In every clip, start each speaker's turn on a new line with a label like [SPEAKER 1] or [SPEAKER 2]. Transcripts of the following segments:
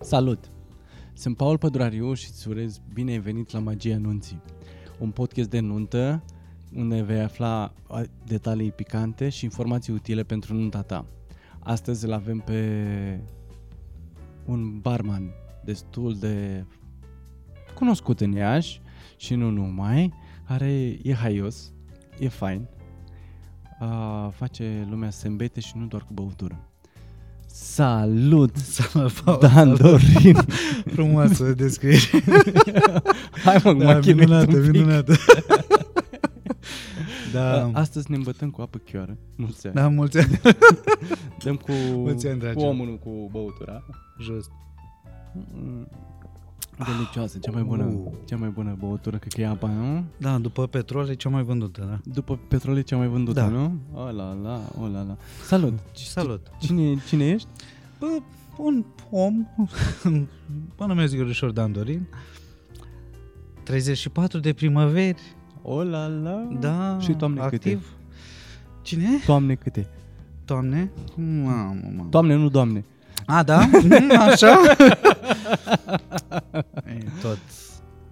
[SPEAKER 1] Salut! Sunt Paul Pădurariu și îți urez bine ai venit la Magia Nunții, un podcast de nuntă unde vei afla a, detalii picante și informații utile pentru nunta ta. Astăzi îl avem pe un barman destul de cunoscut în Iași și nu numai, care e haios, e fain, a, face lumea să se îmbete și nu doar cu băutură. Salut!
[SPEAKER 2] Salut, Paul.
[SPEAKER 1] Dan Dorin!
[SPEAKER 2] Frumoasă descriere.
[SPEAKER 1] Hai mă,
[SPEAKER 2] Da,
[SPEAKER 1] mă chinuit
[SPEAKER 2] minunată,
[SPEAKER 1] un pic.
[SPEAKER 2] minunată. da,
[SPEAKER 1] Astăzi ne îmbătăm cu apă chioară. Mulți ani.
[SPEAKER 2] da, mulți ani
[SPEAKER 1] Dăm cu,
[SPEAKER 2] Mulți ani, dragi.
[SPEAKER 1] cu omul cu băutura.
[SPEAKER 2] jos.
[SPEAKER 1] Mm. Delicioasă, cea mai bună,
[SPEAKER 2] Uh.
[SPEAKER 1] cea mai bună băutură, cred că e apa, nu?
[SPEAKER 2] Da, după petrol e cea mai vândută, da.
[SPEAKER 1] După petrol e cea mai vândută,
[SPEAKER 2] Da.
[SPEAKER 1] nu? O la la, o la la. Salut!
[SPEAKER 2] Și salut.
[SPEAKER 1] Cine, cine ești?
[SPEAKER 2] Bă, un om, mă numesc Gărușor Dan Dorin, 34 de primăveri,
[SPEAKER 1] O Oh la la.
[SPEAKER 2] da,
[SPEAKER 1] Și toamne câte?
[SPEAKER 2] activ. Cine?
[SPEAKER 1] Toamne câte?
[SPEAKER 2] Toamne? Mamă, mamă.
[SPEAKER 1] Toamne, nu doamne.
[SPEAKER 2] A, da? Mm, Așa? e, tot.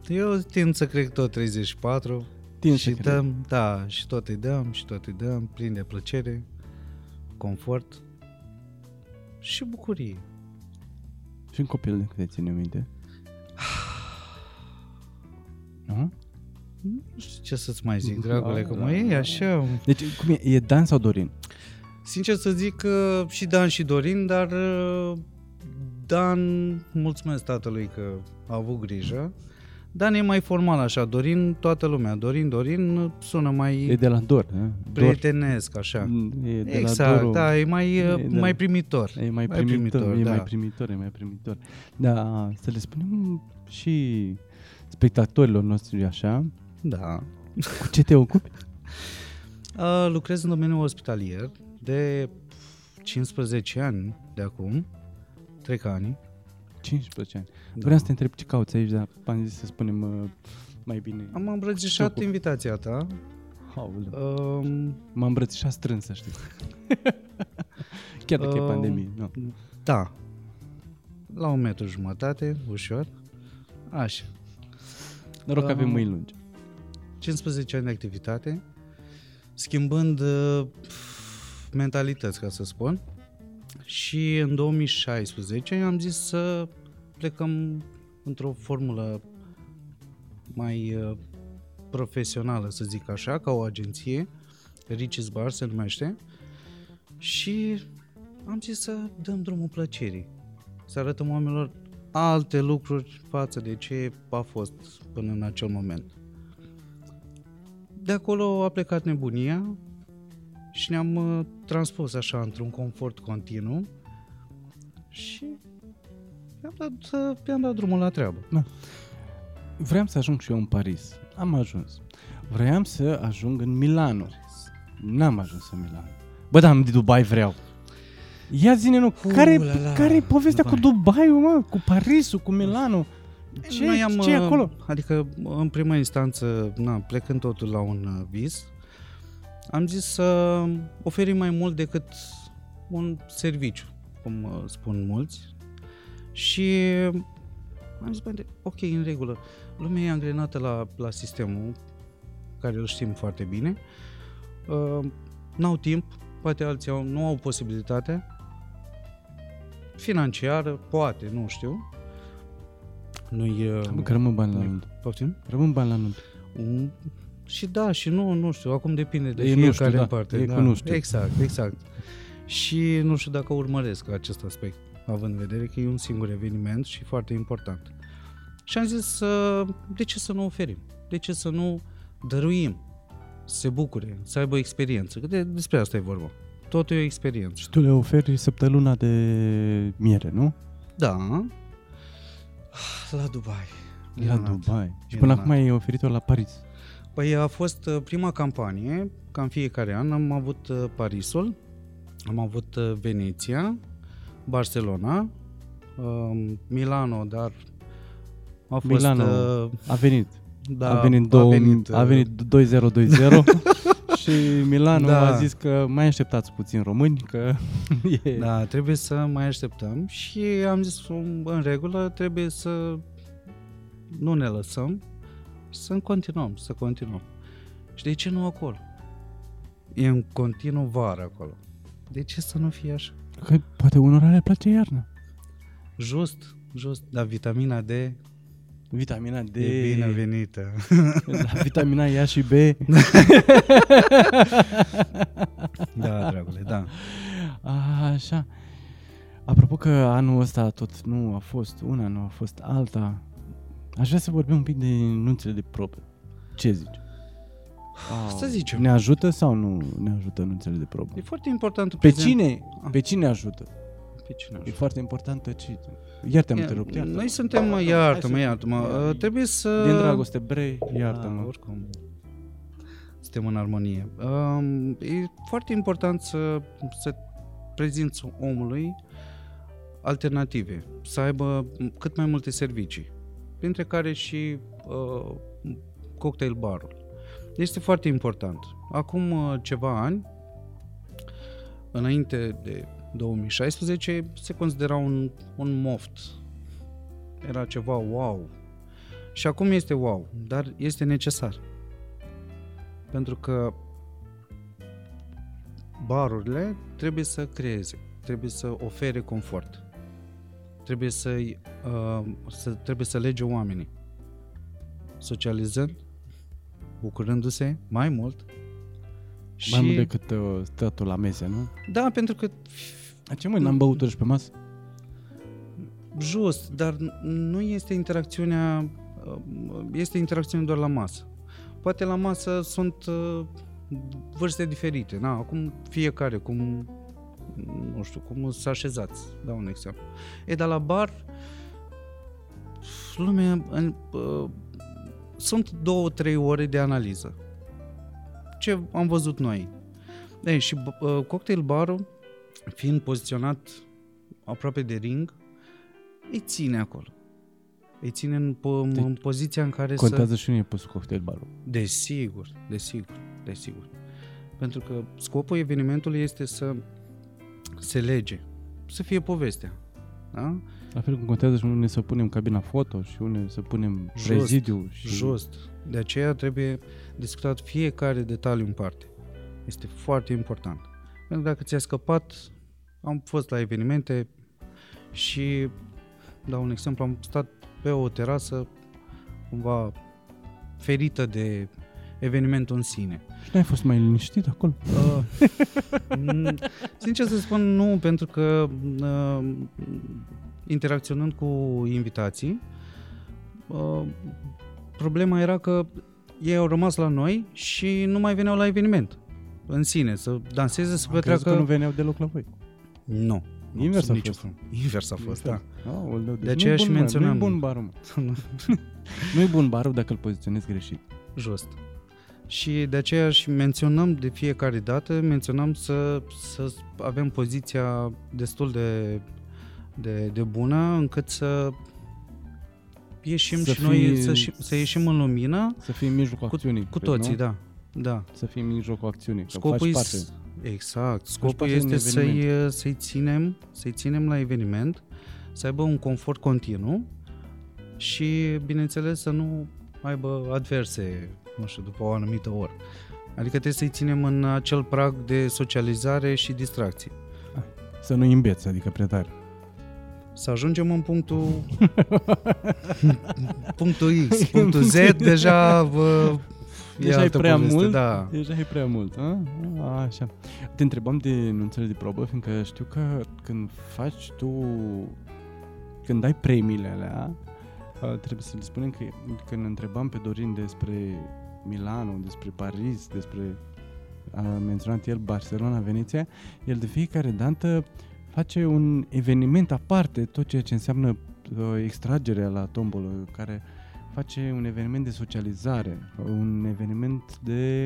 [SPEAKER 2] Eu tind să cred tot 34
[SPEAKER 1] Tind
[SPEAKER 2] și
[SPEAKER 1] să cred.
[SPEAKER 2] dăm, da, și tot îi dăm, și tot îi dăm, plin de plăcere, confort și bucurie.
[SPEAKER 1] Și un copil de câte ține minte. Nu?
[SPEAKER 2] Nu știu ce să-ți mai zic, dragule,
[SPEAKER 1] Da,
[SPEAKER 2] că
[SPEAKER 1] da,
[SPEAKER 2] mă iei
[SPEAKER 1] da.
[SPEAKER 2] așa.
[SPEAKER 1] Deci, cum e? E Dan sau Dorin?
[SPEAKER 2] Sincer să zic că și Dan și Dorin, dar uh, Dan, mulțumesc tatălui că a avut grijă. Dan e mai formal așa, Dorin, toată lumea, Dorin, Dorin, sună mai...
[SPEAKER 1] E de la Dor, da? Dor.
[SPEAKER 2] prietenesc, așa.
[SPEAKER 1] E de la
[SPEAKER 2] Exact,
[SPEAKER 1] Doru.
[SPEAKER 2] da, e mai,
[SPEAKER 1] E
[SPEAKER 2] e
[SPEAKER 1] de la-
[SPEAKER 2] mai primitor.
[SPEAKER 1] E mai
[SPEAKER 2] Mai
[SPEAKER 1] primitor,
[SPEAKER 2] primitor,
[SPEAKER 1] e
[SPEAKER 2] da.
[SPEAKER 1] mai primitor, e mai primitor. Da, să le spunem și spectatorilor noștri așa,
[SPEAKER 2] Da.
[SPEAKER 1] cu ce te ocupi?
[SPEAKER 2] Uh, Lucrez în domeniul ospitalier de 15 ani de acum, 3 ani.
[SPEAKER 1] 15 ani.
[SPEAKER 2] Da.
[SPEAKER 1] Vreau să te întreb ce cauți aici, dar am zis să spunem uh, mai bine.
[SPEAKER 2] Da. Am îmbrățișat
[SPEAKER 1] Știu.
[SPEAKER 2] invitația ta.
[SPEAKER 1] Aoleu.
[SPEAKER 2] Uh,
[SPEAKER 1] M-am îmbrățișat strâns, să știi. Chiar dacă e
[SPEAKER 2] Uh,
[SPEAKER 1] pandemie, nu.
[SPEAKER 2] da, la un metru jumătate, ușor. Așa.
[SPEAKER 1] Noroc că avem
[SPEAKER 2] um,
[SPEAKER 1] mâini lungi.
[SPEAKER 2] 15 ani de activitate, schimbând uh, mentalități, ca să spun. Și în 2016 am zis să plecăm într-o formulă mai uh, profesională, să zic așa, ca o agenție, Riches Bar se numește, și am zis să dăm drumul plăcerii, să arătăm oamenilor alte lucruri față de ce a fost până în acel moment de acolo a plecat nebunia și ne-am uh, transpus așa într-un confort continuu și i-am dat, uh, i-am dat drumul la treabă.
[SPEAKER 1] Vreau să ajung și eu în Paris. Am ajuns. Vreau să ajung în Milano. N-am ajuns în Milano. Bă, dar în Dubai vreau. Ia zine nu,
[SPEAKER 2] Uu,
[SPEAKER 1] care,
[SPEAKER 2] la, la,
[SPEAKER 1] care e povestea
[SPEAKER 2] Dubai.
[SPEAKER 1] cu Dubai, mă? Cu Parisul, cu Milano? Ce,
[SPEAKER 2] Noi am,
[SPEAKER 1] ce e
[SPEAKER 2] uh,
[SPEAKER 1] acolo?
[SPEAKER 2] Adică, în prima instanță, na, plecând totul la un uh, vis, am zis să oferim mai mult decât un serviciu, cum uh, spun mulți. Și am zis, bă, de- ok, în regulă. Lumea e angrenată la, la sistemul, care îl știm foarte bine. Uh, N-au timp, poate alții au, nu au posibilitatea financiară, poate, nu știu. Nu-i... uh,
[SPEAKER 1] Bă, Că rămân bani la nunt.
[SPEAKER 2] Poftim?
[SPEAKER 1] Rămân bani la nunt.
[SPEAKER 2] Mm, Și da, și nu, nu știu, acum depinde de
[SPEAKER 1] E nu
[SPEAKER 2] fiecare
[SPEAKER 1] știu, da.
[SPEAKER 2] în parte.
[SPEAKER 1] E
[SPEAKER 2] da.
[SPEAKER 1] cu nu știu.
[SPEAKER 2] Exact, exact. Și nu știu dacă urmăresc acest aspect, având în vedere că e un singur eveniment și foarte important. Și am zis, să- de ce să nu oferim? De ce să nu dăruim? Să se bucure, să aibă o experiență. Că de, despre asta e vorba. Totul e o experiență.
[SPEAKER 1] Și tu le oferi săptămâna de miere, nu?
[SPEAKER 2] Da. Ah, La Dubai.
[SPEAKER 1] La
[SPEAKER 2] Minunat.
[SPEAKER 1] Dubai. Și
[SPEAKER 2] Minunat.
[SPEAKER 1] până acum ai oferit-o la Paris.
[SPEAKER 2] Păi a fost uh, prima campanie, ca în fiecare an am avut uh, Parisul, am avut uh, Veneția, Barcelona, uh, Milano, dar a fost
[SPEAKER 1] Milano.
[SPEAKER 2] uh,
[SPEAKER 1] A venit. Da, a venit, două, a venit, uh, a venit 2020 și Milanul da. a zis că mai așteptați puțin români, că e...
[SPEAKER 2] Da, trebuie să mai așteptăm și am zis um, în regulă, trebuie să nu ne lăsăm, să continuăm, să continuăm. Și de ce nu acolo? E în continuu vară acolo. De ce să nu fie așa?
[SPEAKER 1] Că poate unora le place iarna.
[SPEAKER 2] Just, just, dar vitamina D
[SPEAKER 1] Vitamina D.
[SPEAKER 2] E binevenită.
[SPEAKER 1] La vitamina E și B.
[SPEAKER 2] da, dragule, da.
[SPEAKER 1] A, așa. Apropo că anul ăsta tot nu a fost una, nu a fost alta, aș vrea să vorbim un pic de nunțile de probe. Ce zici?
[SPEAKER 2] Wow. Să zicem.
[SPEAKER 1] Ne ajută sau nu ne ajută nunțele de probă?
[SPEAKER 2] E foarte important.
[SPEAKER 1] Pe cine, pe cine ajută?
[SPEAKER 2] Pe cine
[SPEAKER 1] ajută? E foarte importantă și... Iartă-mă, te rog, iartă
[SPEAKER 2] Noi suntem, mă, iartă-mă, iartă-mă. Uh, trebuie să...
[SPEAKER 1] Din dragoste, brei, iartă-mă.
[SPEAKER 2] Da, oricum. Suntem în armonie. Uh, e foarte important să, să prezinți omului alternative, să aibă cât mai multe servicii, printre care și uh, cocktail barul. Este foarte important. Acum uh, ceva ani, înainte de 2016 se considera un, un moft. Era ceva wow. Și acum este wow, dar este necesar. Pentru că barurile trebuie să creeze, trebuie să ofere confort. Trebuie să, uh, să trebuie să lege oamenii socializând, bucurându-se mai mult.
[SPEAKER 1] Mai mult decât uh, statul la mese, nu?
[SPEAKER 2] Da, pentru că
[SPEAKER 1] a ce mă, n-am băut și pe masă?
[SPEAKER 2] Just, dar nu este interacțiunea, uh, este interacțiune doar la masă. Poate la masă sunt uh, vârste diferite, na, acum fiecare cum, nu știu, cum s-a așezați, dau un exemplu. E, dar la bar, lumea, în, uh, sunt două, trei ore de analiză. Ce am văzut noi. Ei, și uh, cocktail barul fiind poziționat aproape de ring, îi ține acolo. Îi ține în, po- deci, în poziția în care
[SPEAKER 1] contează
[SPEAKER 2] să...
[SPEAKER 1] și nu e pus cocktail barul.
[SPEAKER 2] Desigur, desigur, desigur. Pentru că scopul evenimentului este să se lege, să fie povestea. Da?
[SPEAKER 1] La fel cum contează și unde să punem cabina foto și unde să punem just, prezidiu. Și...
[SPEAKER 2] Just. De aceea trebuie discutat fiecare detaliu în parte. Este foarte important. Pentru că dacă ți-a scăpat, am fost la evenimente și, dau un exemplu, am stat pe o terasă cumva ferită de evenimentul în sine.
[SPEAKER 1] Și n-ai fost mai liniștit acolo?
[SPEAKER 2] Uh, n- Uh, sincer să spun, nu, pentru că uh, interacționând cu invitații, uh, problema era că ei au rămas la noi și nu mai veneau la eveniment în sine, să danseze, să petreacă...
[SPEAKER 1] că nu veneau deloc la voi.
[SPEAKER 2] Nu. nu
[SPEAKER 1] Invers, a fost.
[SPEAKER 2] Invers a fost, da.
[SPEAKER 1] Oh, deci
[SPEAKER 2] de aceea și menționam.
[SPEAKER 1] Nu-i bun barul, Nu-i bun barul dacă îl poziționezi greșit.
[SPEAKER 2] Just. Și de aceea și menționăm de fiecare dată, menționăm să, să avem poziția destul de, de, de bună încât să ieșim să și fii, noi, să, să ieșim în lumină.
[SPEAKER 1] Să fim în mijlocul cu, acțiunii.
[SPEAKER 2] Cu toții, nu? da. Da.
[SPEAKER 1] Să fim în jocul acțiunii, scopul că faci parte. Deci
[SPEAKER 2] Exact. Scopul este să-i, să-i, ținem, să-i ținem la eveniment, să aibă un confort continuu și, bineînțeles, să nu aibă adverse, nu știu, după o anumită oră. Adică trebuie să-i ținem în acel prag de socializare și distracție.
[SPEAKER 1] Să nu imbeți, adică prea tare.
[SPEAKER 2] Să ajungem în punctul punctul X, punctul Z, deja vă,
[SPEAKER 1] Deja e, e prea poveste, mult,
[SPEAKER 2] da.
[SPEAKER 1] deja e prea mult. A? A, așa. Te întrebam de nunțele de probă, fiindcă știu că când faci tu, când dai premiile alea, trebuie să le spunem că când întrebam pe Dorin despre Milano, despre Paris, despre a menționat el Barcelona, Veneția, el de fiecare dată face un eveniment aparte, tot ceea ce înseamnă uh, extragerea la tombolă, care face un eveniment de socializare, un eveniment de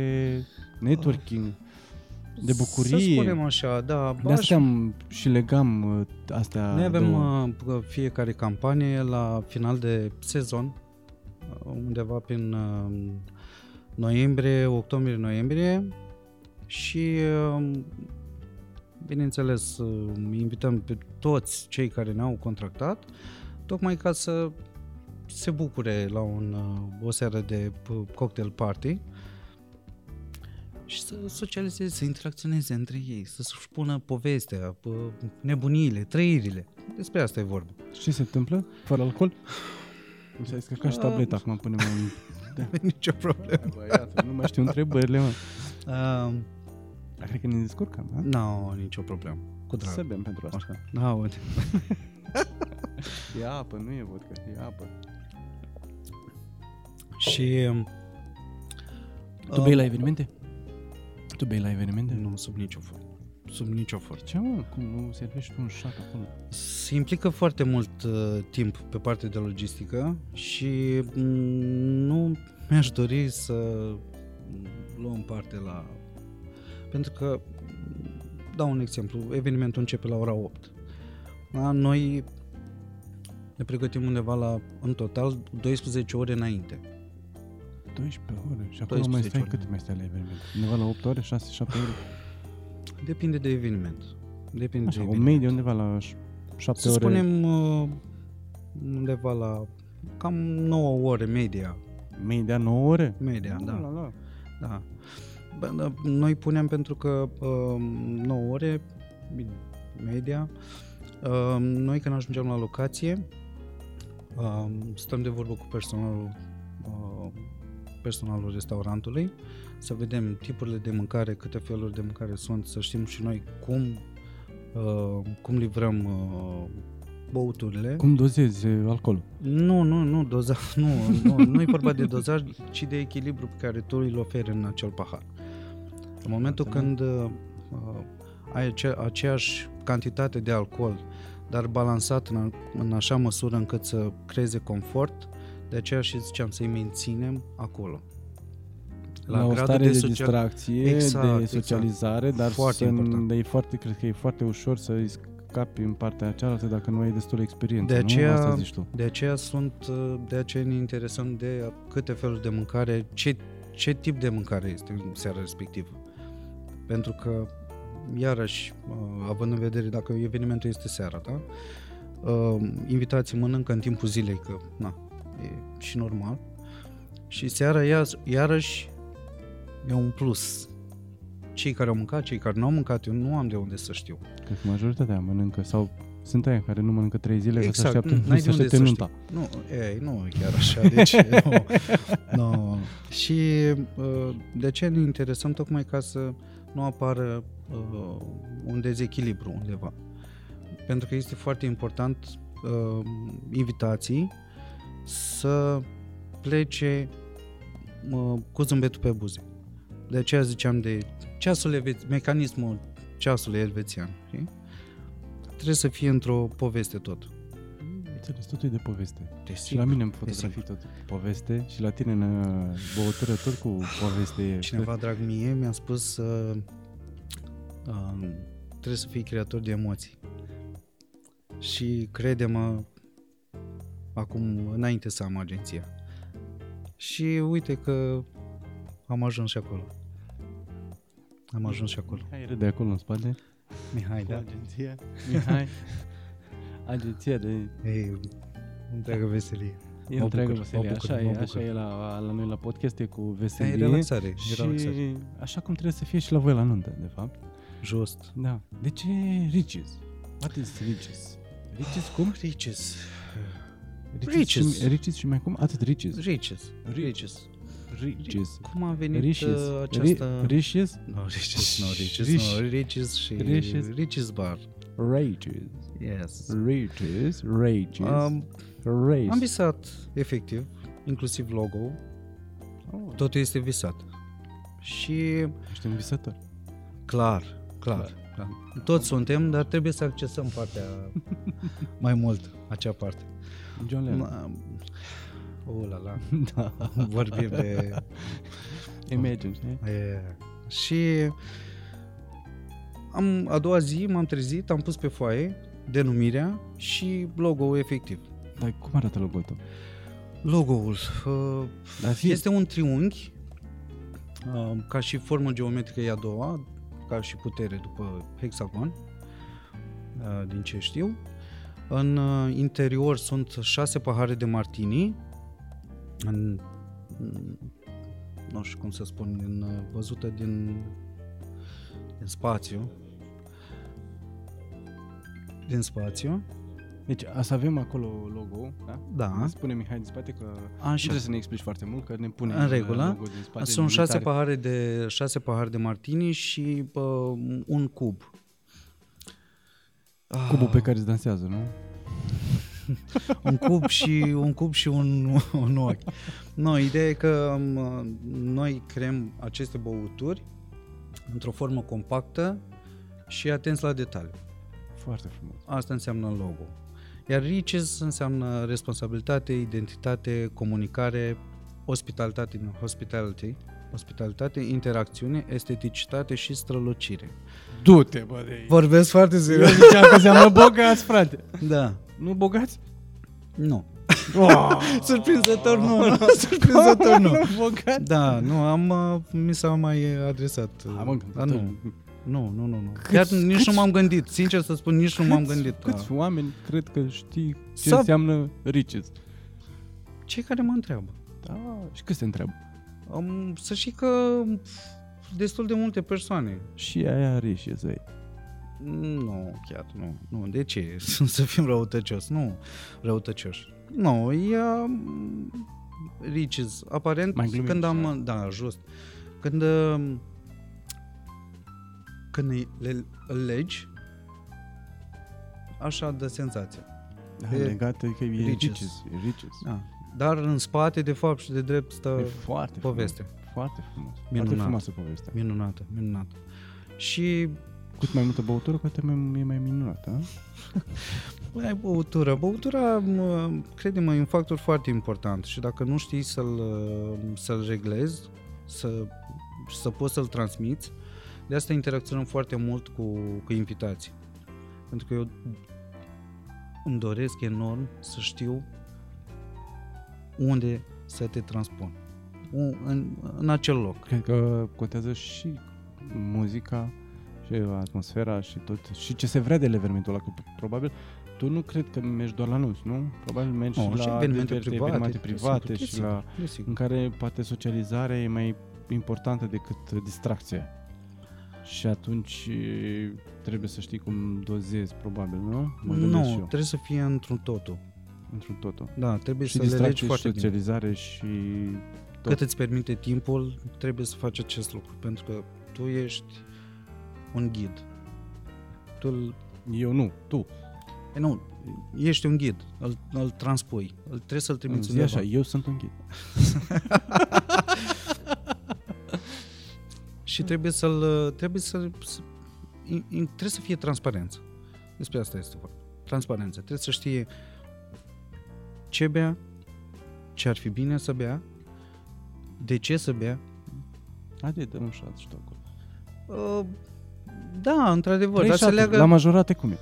[SPEAKER 1] networking, de bucurie. Să
[SPEAKER 2] spunem așa, uh, da.
[SPEAKER 1] De asta am și legam uh, astea
[SPEAKER 2] Noi avem două. fiecare campanie la final de sezon, undeva prin uh, noiembrie, octombrie-noiembrie și uh, bineînțeles uh, invităm pe toți cei care ne-au contractat tocmai ca să se bucure la un, uh, o seară de p- cocktail party și să socializeze, să interacționeze între ei, să-și pună povestea, p- nebuniile, trăirile. Despre asta e vorba.
[SPEAKER 1] Și ce se întâmplă? Fără alcool? Mi s-a descărcat și tableta, acum punem în...
[SPEAKER 2] Nicio problemă.
[SPEAKER 1] Băiatul, nu mai știu întrebările, mă.
[SPEAKER 2] Uh,
[SPEAKER 1] Dar cred că ne descurcăm, da?
[SPEAKER 2] nu, nicio problemă. Cu drag.
[SPEAKER 1] Să bem pentru asta.
[SPEAKER 2] Nu,
[SPEAKER 1] E apă, nu e vodka, e apă.
[SPEAKER 2] Și... um,
[SPEAKER 1] Tu bei la evenimente? Uh, Tu bei la evenimente?
[SPEAKER 2] Nu, sub nicio formă. Sub nicio formă.
[SPEAKER 1] Ce mă, cum nu servești tu un șat acolo?
[SPEAKER 2] Se implică foarte mult uh, timp pe partea de logistică și mm, nu mi-aș dori să luăm parte la... Pentru că, dau un exemplu, evenimentul începe la ora 8. Da? Noi ne pregătim undeva la, în total, 12 ore înainte.
[SPEAKER 1] 12 ore și acolo mai
[SPEAKER 2] 12
[SPEAKER 1] stai
[SPEAKER 2] ore.
[SPEAKER 1] cât mai stai la eveniment? Undeva la 8 ore, 6, 7 ore?
[SPEAKER 2] Depinde de eveniment. Depinde
[SPEAKER 1] Așa,
[SPEAKER 2] de
[SPEAKER 1] o
[SPEAKER 2] eveniment.
[SPEAKER 1] medie undeva la 7
[SPEAKER 2] Să
[SPEAKER 1] ore.
[SPEAKER 2] spunem uh, undeva la cam 9 ore media.
[SPEAKER 1] Media 9 ore?
[SPEAKER 2] Media, da.
[SPEAKER 1] La, la.
[SPEAKER 2] da. Bă, da, Noi punem pentru că uh, 9 ore media. Uh, noi când ajungem la locație, uh, stăm de vorbă cu personalul uh, personalul restaurantului, să vedem tipurile de mâncare, câte feluri de mâncare sunt, să știm și noi cum uh, cum livrăm uh, băuturile.
[SPEAKER 1] Cum dozezi e, alcoolul?
[SPEAKER 2] Nu, nu, nu, doza, nu, nu, nu e vorba de dozaj, ci de echilibru pe care tu îl oferi în acel pahar. În momentul
[SPEAKER 1] Înțeleg.
[SPEAKER 2] când uh, uh, ai ace- aceeași cantitate de alcool, dar balansat în, a- în așa măsură încât să creeze confort, de aceea și ziceam să-i menținem acolo.
[SPEAKER 1] La, o
[SPEAKER 2] gradul
[SPEAKER 1] stare de,
[SPEAKER 2] social-
[SPEAKER 1] distracție,
[SPEAKER 2] Exact,
[SPEAKER 1] de
[SPEAKER 2] exact.
[SPEAKER 1] socializare, dar
[SPEAKER 2] Foarte
[SPEAKER 1] să,
[SPEAKER 2] important.
[SPEAKER 1] de e foarte, cred că e foarte ușor să scapi în partea cealaltă dacă nu ai destul experiență.
[SPEAKER 2] De aceea-
[SPEAKER 1] Nu? Asta zici tu.
[SPEAKER 2] De aceea sunt, uh, de aceea ne interesăm de câte feluri de mâncare, ce, ce tip de mâncare este în seara respectivă. Pentru că, iarăși, uh, având în vedere dacă evenimentul este seara, da? Uh, Invitații mănâncă în timpul zilei, că, na, e și normal. Și seara, ias- iarăși, e un plus. Cei care au mâncat, cei care nu au mâncat, eu nu am de unde să știu.
[SPEAKER 1] Cred că majoritatea mănâncă sau sunt aia care nu mănâncă 3 zile ca să
[SPEAKER 2] Exact,
[SPEAKER 1] așteaptă,
[SPEAKER 2] n-ai
[SPEAKER 1] să
[SPEAKER 2] de unde
[SPEAKER 1] aștepte
[SPEAKER 2] să
[SPEAKER 1] nunta.
[SPEAKER 2] Nu, ei, nu e chiar așa, deci nu. nu. Și uh, de ce ne interesăm tocmai ca să nu apară uh, un dezechilibru undeva. Pentru că este foarte important uh, invitații să plece uh, cu zâmbetul pe buze. De aceea ziceam de ceasul elveț- mecanismul ceasului elvețian. Știi? Trebuie să fie într-o poveste tot.
[SPEAKER 1] Înțeles, totul e de poveste. Și
[SPEAKER 2] Desigur.
[SPEAKER 1] la mine în
[SPEAKER 2] desigur.
[SPEAKER 1] fotografii tot poveste și la tine în uh, băutură tot cu poveste. e.
[SPEAKER 2] Cineva drag mie mi-a spus uh, uh, trebuie să fii creator de emoții. Și crede-mă, acum înainte să am agenția. Și uite că am ajuns și acolo. Am ajuns și acolo.
[SPEAKER 1] Hai râde acolo în spate.
[SPEAKER 2] Mihai,
[SPEAKER 1] Cu
[SPEAKER 2] da?
[SPEAKER 1] agenția. Mihai. agenția de...
[SPEAKER 2] Ei, întreagă
[SPEAKER 1] Da.
[SPEAKER 2] veselie.
[SPEAKER 1] E
[SPEAKER 2] Mă
[SPEAKER 1] întreagă
[SPEAKER 2] bucur,
[SPEAKER 1] veselie.
[SPEAKER 2] mă bucur,
[SPEAKER 1] Așa,
[SPEAKER 2] mă
[SPEAKER 1] e, așa
[SPEAKER 2] bucur.
[SPEAKER 1] e la, la noi la podcast, Da, e cu
[SPEAKER 2] E
[SPEAKER 1] veselie.
[SPEAKER 2] relaxare, e relaxare.
[SPEAKER 1] Și așa cum trebuie să fie și la voi la nuntă, de fapt.
[SPEAKER 2] Just.
[SPEAKER 1] Da. De ce riches? What is riches? Riches cum?
[SPEAKER 2] Riches.
[SPEAKER 1] Riches.
[SPEAKER 2] Riches.
[SPEAKER 1] și- Riches și mai cum? Atât riches.
[SPEAKER 2] Riches.
[SPEAKER 1] Riches. Riches.
[SPEAKER 2] Cum a venit
[SPEAKER 1] Riches. Ri-
[SPEAKER 2] uh, această...
[SPEAKER 1] Riches.
[SPEAKER 2] No, Riches, no, Riches,
[SPEAKER 1] Riș-
[SPEAKER 2] no, Riches și
[SPEAKER 1] Riches.
[SPEAKER 2] Riches Bar.
[SPEAKER 1] Rages.
[SPEAKER 2] Yes.
[SPEAKER 1] Rages. Rages.
[SPEAKER 2] Um,
[SPEAKER 1] Rages.
[SPEAKER 2] am visat, efectiv, inclusiv logo,
[SPEAKER 1] Oh,
[SPEAKER 2] totul este visat. Și
[SPEAKER 1] Ești un visător.
[SPEAKER 2] clar, clar, clar. Toți suntem, dar trebuie să accesăm partea mai mult, acea parte.
[SPEAKER 1] John Lennon.
[SPEAKER 2] Um, Oh la la,
[SPEAKER 1] Da.
[SPEAKER 2] vorbim de...
[SPEAKER 1] Imagine. știi?
[SPEAKER 2] E, și am, a doua zi m-am trezit, am pus pe foaie denumirea și logo-ul efectiv.
[SPEAKER 1] Dar cum arată logo-ul tău?
[SPEAKER 2] Logo-ul.
[SPEAKER 1] Dar
[SPEAKER 2] Fi...
[SPEAKER 1] fi,
[SPEAKER 2] Este un triunghi, uh, ca și formă geometrică e a doua, ca și putere după hexagon, uh, din ce știu. În uh, interior sunt șase pahare de martini, în, mm, nu știu cum să spun, din, uh, văzută din, din spațiu. Din spațiu,
[SPEAKER 1] deci a- să avem acolo logo, da?
[SPEAKER 2] da.
[SPEAKER 1] Ne Spune Mihai din spate că nu
[SPEAKER 2] Așa.
[SPEAKER 1] trebuie să ne explici foarte mult, că ne pune
[SPEAKER 2] În regulă.
[SPEAKER 1] logo din spate.
[SPEAKER 2] Sunt
[SPEAKER 1] din
[SPEAKER 2] șase
[SPEAKER 1] tare.
[SPEAKER 2] pahare, de, șase pahare de martini și bă, un cub. Ah,
[SPEAKER 1] Cubul pe care îți dansează, nu?
[SPEAKER 2] un cub și un cub și un, un ochi. No, ideea e că mă, noi creăm aceste băuturi într-o formă compactă și atenți la detalii.
[SPEAKER 1] Foarte frumos.
[SPEAKER 2] Asta înseamnă logo. Iar riches înseamnă responsabilitate, identitate, comunicare, ospitalitate, nu, hospitality, ospitalitate, interacțiune, esteticitate și strălucire.
[SPEAKER 1] Du-te, bă, de aici.
[SPEAKER 2] Vorbesc foarte
[SPEAKER 1] Eu ziceam că seamănă bogați, frate.
[SPEAKER 2] Da.
[SPEAKER 1] Nu bogați?
[SPEAKER 2] Nu.
[SPEAKER 1] Oh,
[SPEAKER 2] Surprinzător nu, nu. surprinzător nu.
[SPEAKER 1] bogați?
[SPEAKER 2] Da, nu, am, uh, mi s-a mai uh, adresat. uh,
[SPEAKER 1] Hai, mă,
[SPEAKER 2] dar nu, nu, nu, nu. nu. Chiar
[SPEAKER 1] Câți-
[SPEAKER 2] nici
[SPEAKER 1] câți-
[SPEAKER 2] nu m-am gândit, sincer să spun, nici nu m-am
[SPEAKER 1] Câți-
[SPEAKER 2] gândit. la-
[SPEAKER 1] Câți oameni cred că știi ce
[SPEAKER 2] Sau-
[SPEAKER 1] înseamnă riches?
[SPEAKER 2] Cei care mă întreabă.
[SPEAKER 1] Da, și cât se întreabă?
[SPEAKER 2] Am, să știi că destul de multe persoane.
[SPEAKER 1] Și aia riches, ei.
[SPEAKER 2] Nu, chiar nu. Nu, de ce? Să fim răutăcios. Nu, răutăcioși. Nu, e... mm, Riches. Aparent,
[SPEAKER 1] Mai glumim,
[SPEAKER 2] când am... Da, just. Când... um, Când îi- le, îl legi, așa dă senzația.
[SPEAKER 1] Da,
[SPEAKER 2] E-
[SPEAKER 1] legat că e
[SPEAKER 2] riches.
[SPEAKER 1] riches. E Uh, riches.
[SPEAKER 2] Da. Dar în spate, de fapt și de drept,
[SPEAKER 1] E
[SPEAKER 2] stă
[SPEAKER 1] foarte
[SPEAKER 2] poveste.
[SPEAKER 1] Frumos. Foarte frumos. Foarte
[SPEAKER 2] Minunat.
[SPEAKER 1] frumoasă povestea.
[SPEAKER 2] Minunată, minunată. Și
[SPEAKER 1] Cu cât mai multă băutură, cu atât mai, e mai minunată. a?
[SPEAKER 2] Păi ai băutura. Băutura, mă, crede-mă, e un factor foarte important și dacă nu știi să-l, să-l reglezi, să, să poți să-l transmiți, de asta interacționăm foarte mult cu, cu invitații. Pentru că eu îmi doresc enorm să știu unde să te transpun. U- În, în acel loc.
[SPEAKER 1] Cred că contează și muzica și atmosfera și tot. Și ce se vrea de evenimentul ăla, că probabil tu nu cred că mergi doar la nunți, nu? Probabil mergi
[SPEAKER 2] Nu,
[SPEAKER 1] și la
[SPEAKER 2] evenimente
[SPEAKER 1] diverse
[SPEAKER 2] private,
[SPEAKER 1] evenimente private
[SPEAKER 2] desigur,
[SPEAKER 1] și la,
[SPEAKER 2] desigur, desigur.
[SPEAKER 1] în care poate socializarea e mai importantă decât distracția. Și atunci e, trebuie să știi cum dozezi, probabil, nu? Mă
[SPEAKER 2] nu,
[SPEAKER 1] gândesc și eu,
[SPEAKER 2] trebuie să fie într-un totul.
[SPEAKER 1] într-un totul.
[SPEAKER 2] Da, trebuie
[SPEAKER 1] Și
[SPEAKER 2] să le
[SPEAKER 1] distracție
[SPEAKER 2] legi
[SPEAKER 1] și
[SPEAKER 2] foarte bine.
[SPEAKER 1] socializare și... tot.
[SPEAKER 2] Cât îți permite timpul, trebuie să faci acest lucru, pentru că tu ești un ghid. Tu îl,
[SPEAKER 1] Eu nu, tu.
[SPEAKER 2] e, nu, ești un ghid, îl, îl transpui, îl, trebuie să-l trimiți
[SPEAKER 1] Zi
[SPEAKER 2] undeva.
[SPEAKER 1] așa, eu sunt un ghid.
[SPEAKER 2] Și trebuie să-l, trebuie să, să in- in- trebuie să fie transparență. Despre asta este vorba. Transparență. Trebuie să știe ce bea, ce ar fi bine să bea, de ce să bea.
[SPEAKER 1] Haide, dăm un șat și tu acolo.
[SPEAKER 2] Uh, Da, într-adevăr,
[SPEAKER 1] Trei
[SPEAKER 2] dar se
[SPEAKER 1] șaturi,
[SPEAKER 2] leagă...
[SPEAKER 1] Păi La majorate cum e?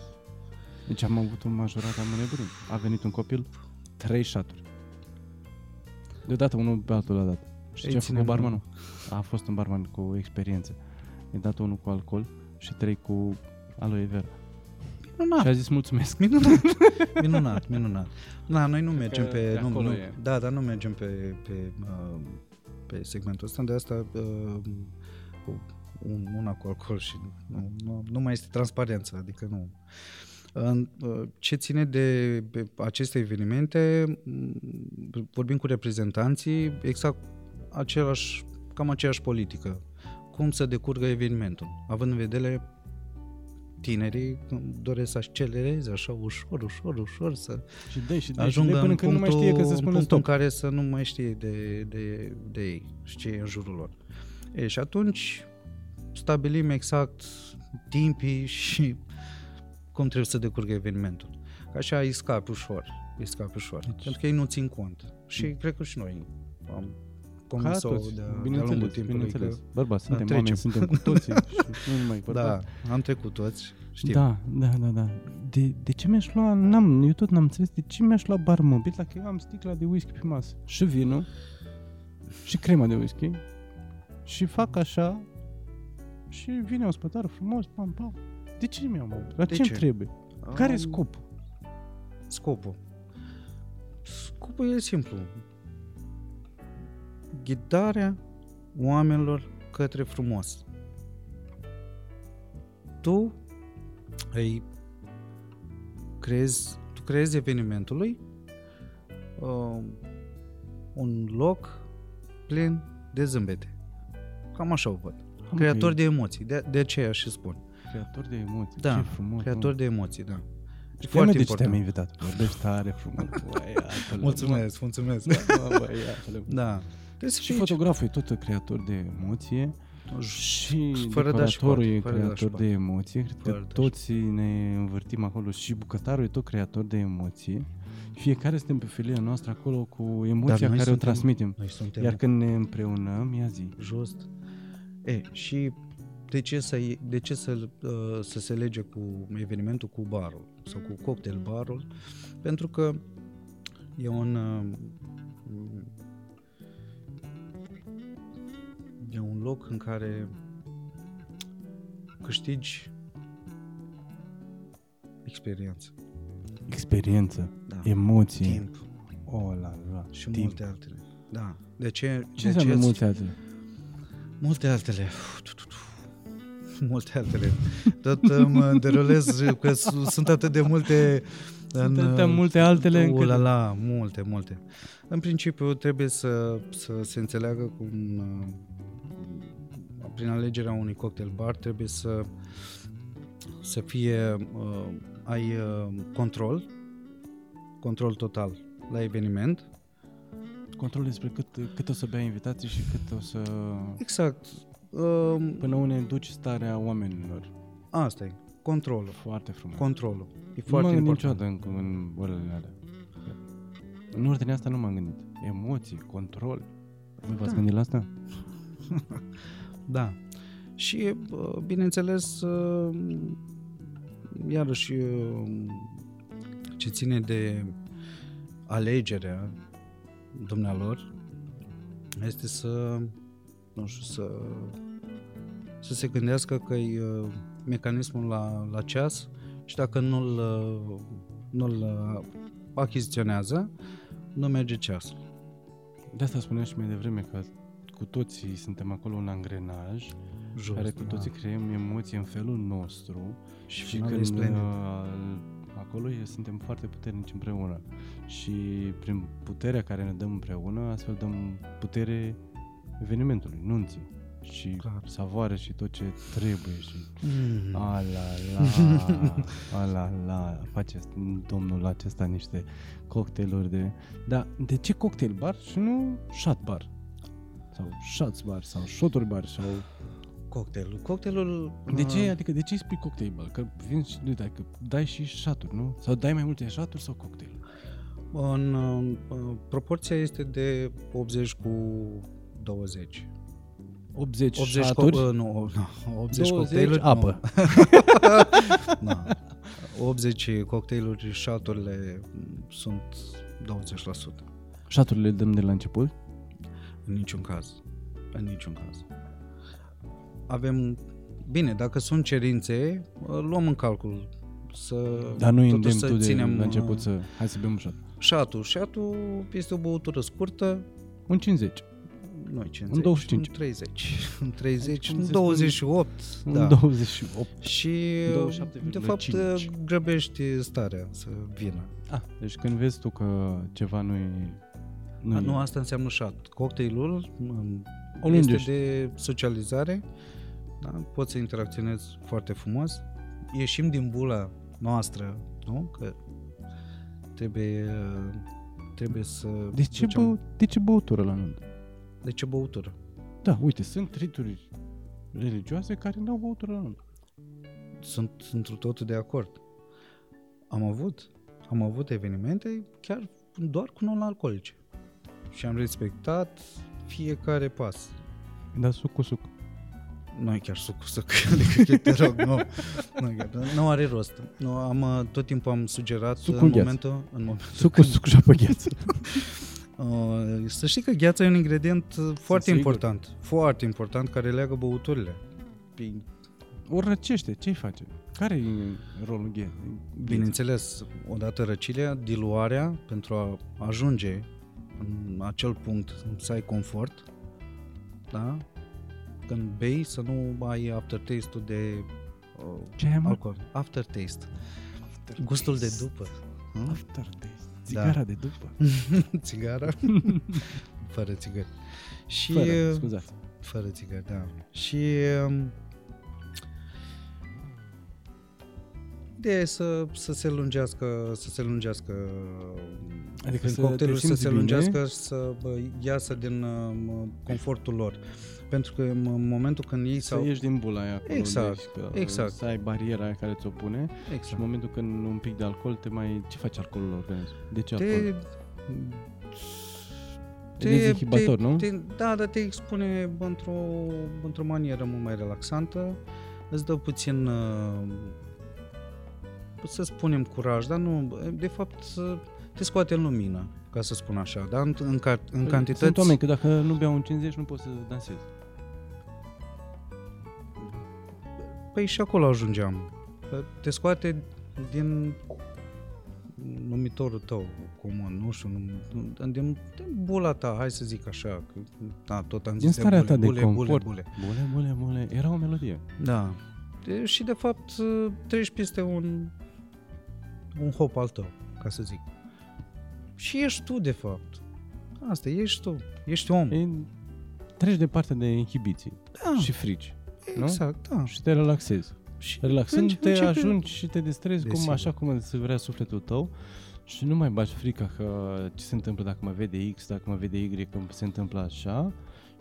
[SPEAKER 1] Deci am avut un majorat, am nebunit. A venit un copil, trei șaturi. Deodată unul pe altul l-a dat. Și
[SPEAKER 2] Ei,
[SPEAKER 1] ce a
[SPEAKER 2] ține
[SPEAKER 1] făcut barmanul? A fost un barman cu experiență. I-a dat unul cu alcool și trei cu aloe vera.
[SPEAKER 2] Minunat.
[SPEAKER 1] Și a zis mulțumesc.
[SPEAKER 2] Minunat, minunat, minunat. Da, noi nu mergem
[SPEAKER 1] că
[SPEAKER 2] pe...
[SPEAKER 1] de
[SPEAKER 2] Nu,
[SPEAKER 1] acolo
[SPEAKER 2] nu,
[SPEAKER 1] e.
[SPEAKER 2] da, dar nu mergem pe, pe, uh, pe segmentul ăsta, de asta uh, cu un, una cu alcool și nu, nu, nu mai este transparență, adică nu. În, uh, Ce ține de pe aceste evenimente, m, vorbim cu reprezentanții, exact același, cam aceeași politică. Cum să decurgă evenimentul, având în vedere tinerii doresc să accelereze așa ușor, ușor, ușor să
[SPEAKER 1] Și dă și dă și dă
[SPEAKER 2] ajungă
[SPEAKER 1] Deci până
[SPEAKER 2] în
[SPEAKER 1] când
[SPEAKER 2] punctul,
[SPEAKER 1] nu mai știe că se
[SPEAKER 2] în
[SPEAKER 1] spune
[SPEAKER 2] punctul
[SPEAKER 1] stop.
[SPEAKER 2] în care să nu mai știe de, de, de ei și ce e în jurul lor. E, și atunci stabilim exact timpii și cum trebuie să decurgă evenimentul. Ca așa îi scapi ușor, îi scapi ușor,
[SPEAKER 1] Deci-
[SPEAKER 2] pentru că ei nu țin cont. Și cred că și noi am
[SPEAKER 1] Ca
[SPEAKER 2] comis-o
[SPEAKER 1] toți,
[SPEAKER 2] de, de-a lungul
[SPEAKER 1] bineînțeles,
[SPEAKER 2] timpului. că- Da,
[SPEAKER 1] bineînțeles. Bărbați, suntem
[SPEAKER 2] trecem.
[SPEAKER 1] oameni, suntem cu toții și nu numai
[SPEAKER 2] da,
[SPEAKER 1] bărbați.
[SPEAKER 2] am trecut toți, știm.
[SPEAKER 1] Da, da, da, da. De, de ce mi-aș lua, n-am, eu tot n-am înțeles, de ce mi-aș lua bar mobil dacă eu am sticla de whisky pe masă și vinul și crema de whisky și fac așa și vine un spătar frumos, pam, pam. De ce mi-am băut? La
[SPEAKER 2] De
[SPEAKER 1] ce-mi
[SPEAKER 2] ce?
[SPEAKER 1] trebuie? Care e
[SPEAKER 2] Am-
[SPEAKER 1] scopul?
[SPEAKER 2] Scopul. Scopul e simplu. Ghidarea oamenilor către frumos. Tu îi creezi, tu creezi evenimentului uh, un loc plin de zâmbete. Cam așa o văd.
[SPEAKER 1] Am
[SPEAKER 2] Creator
[SPEAKER 1] că
[SPEAKER 2] de emoții, de, de aceea și spun.
[SPEAKER 1] e creator de emoții,
[SPEAKER 2] Da,
[SPEAKER 1] ce frumos.
[SPEAKER 2] Creator de emoții, da.
[SPEAKER 1] de de ce te-am invitat. Vorbești tare frumos, băiatule.
[SPEAKER 2] Mulțumesc, mulțumesc.
[SPEAKER 1] Mă, mă, băiatule.
[SPEAKER 2] Da. Trebuie să
[SPEAKER 1] Și
[SPEAKER 2] fii
[SPEAKER 1] fotograful e tot creator de emoție. Și
[SPEAKER 2] Deci, Fără da și
[SPEAKER 1] decoratorul
[SPEAKER 2] poate,
[SPEAKER 1] e
[SPEAKER 2] fără da și
[SPEAKER 1] creator
[SPEAKER 2] poate.
[SPEAKER 1] de emoție, cred
[SPEAKER 2] Fără da
[SPEAKER 1] că
[SPEAKER 2] și
[SPEAKER 1] toți ne învârtim acolo și bucătarul e tot creator de emoție. Fiecare suntem pe filia noastră acolo cu
[SPEAKER 2] noi
[SPEAKER 1] emoția care o
[SPEAKER 2] suntem-
[SPEAKER 1] transmitem.
[SPEAKER 2] Noi suntem
[SPEAKER 1] Iar
[SPEAKER 2] Iar...
[SPEAKER 1] când ne împreunăm, ia zi.
[SPEAKER 2] just. E, și de ce să, i- de ce să, uh, să se lege cu evenimentul cu barul sau cu cocktail barul? Pentru că e un uh, e un loc în care câștigi experiență,
[SPEAKER 1] Experiență,
[SPEAKER 2] da.
[SPEAKER 1] emoție,
[SPEAKER 2] timp
[SPEAKER 1] o la la,
[SPEAKER 2] și
[SPEAKER 1] timp.
[SPEAKER 2] multe altele. Da. De ce?
[SPEAKER 1] Ce
[SPEAKER 2] de ce
[SPEAKER 1] înseamnă
[SPEAKER 2] îți-
[SPEAKER 1] multe altele?
[SPEAKER 2] Multe altele. Uf, tu, tu, tu. Multe altele. Tot uh, mă derulez că su- sunt atât de multe...
[SPEAKER 1] Sunt
[SPEAKER 2] în,
[SPEAKER 1] atâtea
[SPEAKER 2] uh,
[SPEAKER 1] multe altele încât-
[SPEAKER 2] Ula la, multe, multe. În principiu trebuie să, să se înțeleagă cum uh, prin alegerea unui cocktail bar trebuie să să fie uh, ai uh, control control total la eveniment
[SPEAKER 1] Control despre cât, cât o să bea invitații și cât o să...
[SPEAKER 2] exact uh,
[SPEAKER 1] Până unde duci starea oamenilor.
[SPEAKER 2] asta e controlul
[SPEAKER 1] Foarte frumos.
[SPEAKER 2] controlul e
[SPEAKER 1] Nu
[SPEAKER 2] foarte
[SPEAKER 1] m-am gândit
[SPEAKER 2] important
[SPEAKER 1] niciodată în, în orele alea. În ordinea asta nu m-am gândit. Emoții, control. Voi v-ați
[SPEAKER 2] Da.
[SPEAKER 1] gândit la asta?
[SPEAKER 2] Da. Și, bă, bineînțeles, ă, iarăși ă, ce ține de alegerea dumnealor este să, nu știu, să, să se gândească că e ă, mecanismul la, la ceas și dacă nu-l, ă, nu-l ă, achiziționează, nu merge ceasul.
[SPEAKER 1] De asta spuneam și mai devreme că cu toții suntem acolo un angrenaj
[SPEAKER 2] Jos,
[SPEAKER 1] care cu
[SPEAKER 2] da.
[SPEAKER 1] toții creăm emoții în felul nostru
[SPEAKER 2] și,
[SPEAKER 1] și
[SPEAKER 2] finalul e
[SPEAKER 1] când
[SPEAKER 2] splendid.
[SPEAKER 1] uh, acolo e, suntem foarte puternici împreună și prin puterea care ne dăm împreună astfel dăm putere evenimentului, nunții și
[SPEAKER 2] Clar.
[SPEAKER 1] savoare și tot ce trebuie și
[SPEAKER 2] Mm.
[SPEAKER 1] A la la, a la la, face domnul acesta niște cocktailuri de... Dar de ce cocktail bar și nu shot bar? Sau shots bar, sau shoturi bar, sau...
[SPEAKER 2] Cocktailul. Cocktailul...
[SPEAKER 1] De
[SPEAKER 2] uh,
[SPEAKER 1] ce, adică de ce îi spui cocktail bar? Că vin și de dacă dai și shoturi, nu? Sau dai mai multe shoturi sau cocktail?
[SPEAKER 2] În, uh, uh, proporția este de 80 cu 20.
[SPEAKER 1] 80, 80
[SPEAKER 2] 80 cu,
[SPEAKER 1] shoturi,
[SPEAKER 2] uh, nu, nu, 80
[SPEAKER 1] 20
[SPEAKER 2] cocktailuri,
[SPEAKER 1] apă.
[SPEAKER 2] Nu, na. 80 cocktailuri, șaturile sunt 20%.
[SPEAKER 1] Shaturile le dăm de la început?
[SPEAKER 2] În niciun caz. În niciun caz. Avem... Bine, dacă sunt cerințe, uh, luăm în calcul să
[SPEAKER 1] Dar nu
[SPEAKER 2] Ă, totuși
[SPEAKER 1] îndemn
[SPEAKER 2] să
[SPEAKER 1] tu de
[SPEAKER 2] ținem
[SPEAKER 1] la început
[SPEAKER 2] uh,
[SPEAKER 1] să... Hai să bem un shot.
[SPEAKER 2] șatul. Șatul este o băutură scurtă,
[SPEAKER 1] Un 50.
[SPEAKER 2] Nu, 50,
[SPEAKER 1] În 25.
[SPEAKER 2] În 30. În 30,
[SPEAKER 1] În
[SPEAKER 2] în 28.
[SPEAKER 1] Da.
[SPEAKER 2] da.
[SPEAKER 1] Un 28.
[SPEAKER 2] Și,
[SPEAKER 1] 27,5.
[SPEAKER 2] de fapt, grăbești starea să vină.
[SPEAKER 1] Ah, deci când vezi tu că ceva nu-i...
[SPEAKER 2] Nu,
[SPEAKER 1] Nu,
[SPEAKER 2] nu asta înseamnă șat. Cocktailul m,
[SPEAKER 1] O
[SPEAKER 2] este
[SPEAKER 1] lungești.
[SPEAKER 2] de socializare, da? poți să interacționezi foarte frumos. Ieșim din bula noastră, nu? Că trebuie, trebuie să...
[SPEAKER 1] De ce,
[SPEAKER 2] ducem-
[SPEAKER 1] bă, de ce băutură la nuntă?
[SPEAKER 2] de ce băutură?
[SPEAKER 1] Da, uite, sunt rituri religioase care nu au băutură la nuntă.
[SPEAKER 2] sunt într totul de acord. Am avut, am avut evenimente chiar doar cu non-alcoolice. Și am respectat fiecare pas.
[SPEAKER 1] Dar Da, suc cu suc.
[SPEAKER 2] Nu e chiar suc cu suc, adică chiar te rog, nu. Nu, e chiar, nu are rost. Nu, am, uh, tot timpul am sugerat
[SPEAKER 1] Suc cu
[SPEAKER 2] în
[SPEAKER 1] gheață.
[SPEAKER 2] momentul, în momentul
[SPEAKER 1] Suc cu suc și apă gheață.
[SPEAKER 2] Uh, Să știi că gheața e un ingredient uh, foarte
[SPEAKER 1] sigur.
[SPEAKER 2] important, foarte important, care leagă băuturile. Bine-
[SPEAKER 1] O răcește, ce-i face? care e rolul ghe?
[SPEAKER 2] Bineînțeles, odată răcirea, diluarea pentru a ajunge în acel punct să ai confort, da? Când bei să nu ai aftertaste-ul de uh,
[SPEAKER 1] Ce ai mă?
[SPEAKER 2] alcool. Aftertaste. Gustul de după. Hmm?
[SPEAKER 1] Aftertaste. Țigara de după.
[SPEAKER 2] Țigara? Fără țigări. Și uh,
[SPEAKER 1] Fără, scuzați.
[SPEAKER 2] Fără țigări, da. Și um, ideea e să, să se lungească, să se lungească
[SPEAKER 1] Adică
[SPEAKER 2] prin
[SPEAKER 1] să
[SPEAKER 2] cocktailuri,
[SPEAKER 1] te
[SPEAKER 2] să
[SPEAKER 1] simți
[SPEAKER 2] se
[SPEAKER 1] bine.
[SPEAKER 2] lungească și să bă, iasă din um, confortul lor. Pentru că în în momentul când ei
[SPEAKER 1] Să
[SPEAKER 2] sau...
[SPEAKER 1] ieși din bula aia acolo
[SPEAKER 2] Exact,
[SPEAKER 1] de ești, că
[SPEAKER 2] exact.
[SPEAKER 1] Să ai bariera aia care ți-o pune și în
[SPEAKER 2] Exact.
[SPEAKER 1] momentul când un pic de alcool te mai... Ce face alcoolul la organism? De ce alcool?
[SPEAKER 2] Te,
[SPEAKER 1] Te... Dezinhibator, nu?
[SPEAKER 2] Te, da, dar te expune într-o, într-o manieră mult mai relaxantă, îți dă puțin, uh, să spunem, curaj, dar nu, de fapt, uh, te scoate în lumină, ca să spun așa, dar în, în, ca- în
[SPEAKER 1] Păi,
[SPEAKER 2] cantități...
[SPEAKER 1] Sunt oameni că dacă nu beau un 50 nu pot să dansez.
[SPEAKER 2] Păi și acolo ajungeam. Că Te scoate din numitorul tău comun, nu știu, nu- nu- din, din bula ta, hai să zic așa, că, da, tot am
[SPEAKER 1] Din
[SPEAKER 2] zis
[SPEAKER 1] starea
[SPEAKER 2] bule,
[SPEAKER 1] ta de
[SPEAKER 2] bule,
[SPEAKER 1] confort.
[SPEAKER 2] bule, bule.
[SPEAKER 1] Bule, bule, bule. Era o melodie.
[SPEAKER 2] Da. E, și de fapt treci peste un un hop al tău, ca să zic. Și ești tu de fapt. Asta, ești tu. Ești om.
[SPEAKER 1] E, treci de partea de inhibiții
[SPEAKER 2] da,
[SPEAKER 1] și frici. nu?
[SPEAKER 2] exact, da.
[SPEAKER 1] Și te relaxezi.
[SPEAKER 2] Și
[SPEAKER 1] Relaxând
[SPEAKER 2] înce-
[SPEAKER 1] te
[SPEAKER 2] începe-
[SPEAKER 1] ajungi și te distrezi cum,
[SPEAKER 2] Desigur.
[SPEAKER 1] așa cum se vrea sufletul tău și nu mai bagi frica că ce se întâmplă dacă mă vede X, dacă mă vede Y, cum se întâmplă așa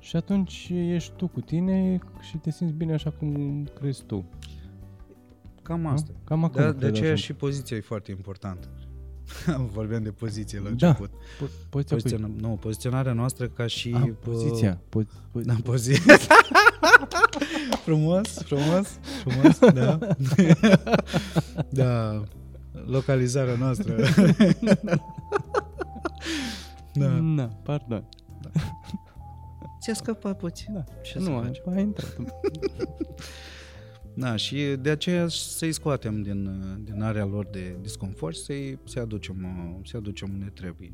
[SPEAKER 1] și atunci ești tu cu tine și te simți bine așa cum crezi tu.
[SPEAKER 2] Cam
[SPEAKER 1] nu?
[SPEAKER 2] asta.
[SPEAKER 1] Cam acum.
[SPEAKER 2] Da,
[SPEAKER 1] cred
[SPEAKER 2] de aceea
[SPEAKER 1] ajung.
[SPEAKER 2] și poziția e foarte importantă. Vorbeam de poziție la
[SPEAKER 1] Da,
[SPEAKER 2] început.
[SPEAKER 1] Po- poziția.
[SPEAKER 2] Pozițion-
[SPEAKER 1] Poziția.
[SPEAKER 2] nu, poziționarea noastră ca și...
[SPEAKER 1] Ah,
[SPEAKER 2] bă,
[SPEAKER 1] poziția. Po- po-
[SPEAKER 2] Da, poziția. frumos, frumos, frumos, da. da, localizarea noastră. da.
[SPEAKER 1] Na, pardon.
[SPEAKER 2] Ți-a scăpat puțin.
[SPEAKER 1] Da.
[SPEAKER 2] Ce să
[SPEAKER 1] nu,
[SPEAKER 2] faci?
[SPEAKER 1] a intrat.
[SPEAKER 2] Da, și de aceea să-i scoatem din, din area lor de disconfort și să-i, să aducem, uh, să-i aducem unde trebuie.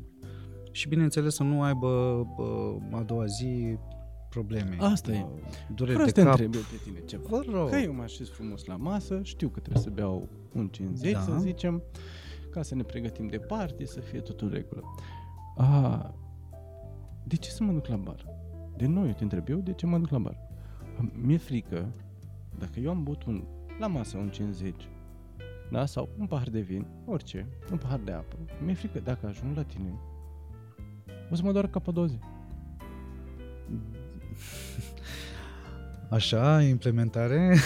[SPEAKER 2] Și bineînțeles să nu aibă uh, a doua zi probleme.
[SPEAKER 1] Asta e.
[SPEAKER 2] Uh, Dureri
[SPEAKER 1] Vreau să
[SPEAKER 2] de
[SPEAKER 1] te
[SPEAKER 2] cap.
[SPEAKER 1] întreb eu pe tine ceva.
[SPEAKER 2] Vă rog.
[SPEAKER 1] Că eu mă așez frumos la masă, știu că trebuie să beau un 50,
[SPEAKER 2] Da.
[SPEAKER 1] da. să zicem, ca să ne pregătim de party, să fie totul în regulă. A, de ce să mă duc la bar? De noi, eu te întreb eu, de ce mă duc la bar? Am- Mi-e frică, dacă eu am băut un, la masă un 50, da? sau un pahar de vin, orice, un pahar de apă, mi-e frică, dacă ajung la tine, o să mă doar capă două zile.
[SPEAKER 2] Așa, implementare.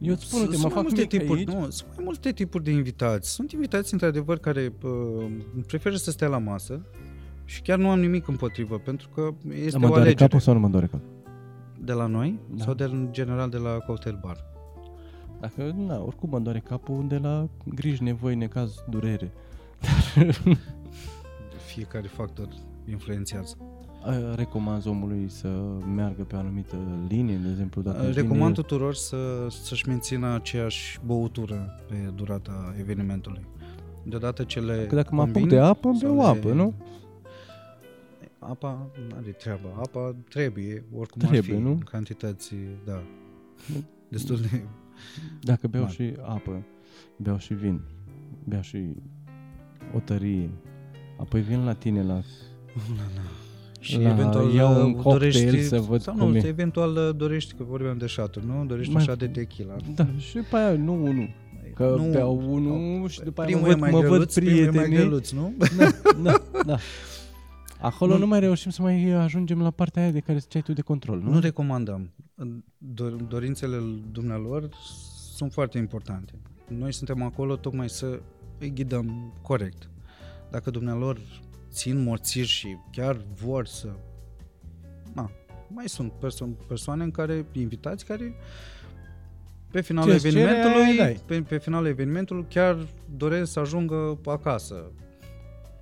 [SPEAKER 1] Eu îți spun,
[SPEAKER 2] Sunt
[SPEAKER 1] uite, mă
[SPEAKER 2] mai
[SPEAKER 1] fac
[SPEAKER 2] multe
[SPEAKER 1] mic
[SPEAKER 2] tipuri,
[SPEAKER 1] aici.
[SPEAKER 2] nu, sunt mai multe tipuri de invitați. Sunt invitați, într-adevăr, care uh, preferă să stea la masă și chiar nu am nimic împotrivă, pentru că este
[SPEAKER 1] mă
[SPEAKER 2] o
[SPEAKER 1] doare
[SPEAKER 2] alegere
[SPEAKER 1] capul sau nu mă doare capul?
[SPEAKER 2] de la noi
[SPEAKER 1] Da.
[SPEAKER 2] sau de în general de la cocktail bar.
[SPEAKER 1] Dacă, na, oricum mă doare capul de la griji, nevoi, necaz, durere.
[SPEAKER 2] Fiecare factor influențează.
[SPEAKER 1] A, Recomand omului să meargă pe o anumită linie, de exemplu, dacă vine-
[SPEAKER 2] Recomand tuturor să, să-și mențină aceeași băutură pe durata evenimentului. Deodată cele
[SPEAKER 1] Că dacă mă apuc
[SPEAKER 2] combin
[SPEAKER 1] de apă, îmi
[SPEAKER 2] sau
[SPEAKER 1] beau
[SPEAKER 2] le-
[SPEAKER 1] apă, nu?
[SPEAKER 2] Apa nu are treaba. Apa trebuie, oricum
[SPEAKER 1] Trebuie,
[SPEAKER 2] ar fi,
[SPEAKER 1] nu?
[SPEAKER 2] în cantități, da. Destul de...
[SPEAKER 1] Dacă beau
[SPEAKER 2] Mare.
[SPEAKER 1] și apă, beau și vin, beau și o tărie, apoi vin la tine la...
[SPEAKER 2] Și
[SPEAKER 1] La-
[SPEAKER 2] eventual
[SPEAKER 1] iau un
[SPEAKER 2] uh,
[SPEAKER 1] cocktail
[SPEAKER 2] dorești,
[SPEAKER 1] să văd
[SPEAKER 2] sau
[SPEAKER 1] cum
[SPEAKER 2] nu,
[SPEAKER 1] e.
[SPEAKER 2] eventual uh, dorești, că vorbeam de șaturi, nu? Dorești
[SPEAKER 1] Mai-
[SPEAKER 2] un șat de tequila.
[SPEAKER 1] Da, și pe aia nu unul. Că
[SPEAKER 2] Nu,
[SPEAKER 1] nu, beau unul și după aia mă
[SPEAKER 2] primul
[SPEAKER 1] văd,
[SPEAKER 2] e mai
[SPEAKER 1] mă văd
[SPEAKER 2] grăluț, primul e mai
[SPEAKER 1] prietenii.
[SPEAKER 2] grăluț, nu?
[SPEAKER 1] Da, da, da. Acolo
[SPEAKER 2] Nu-
[SPEAKER 1] nu, nu mai reușim să mai ajungem la partea aia de care ziceai tu de control, nu?
[SPEAKER 2] Nu recomandăm. Dor- Dorințele dumnealor sunt foarte importante. Noi suntem acolo tocmai să îi ghidăm corect. Dacă dumnealor țin morțiși și chiar vor să... Na, mai sunt perso- persoane în care, invitați, care pe finalul
[SPEAKER 1] Ce-ți cere, aia
[SPEAKER 2] evenimentului,
[SPEAKER 1] dai.
[SPEAKER 2] pe, pe finalul evenimentului chiar doresc să ajungă acasă.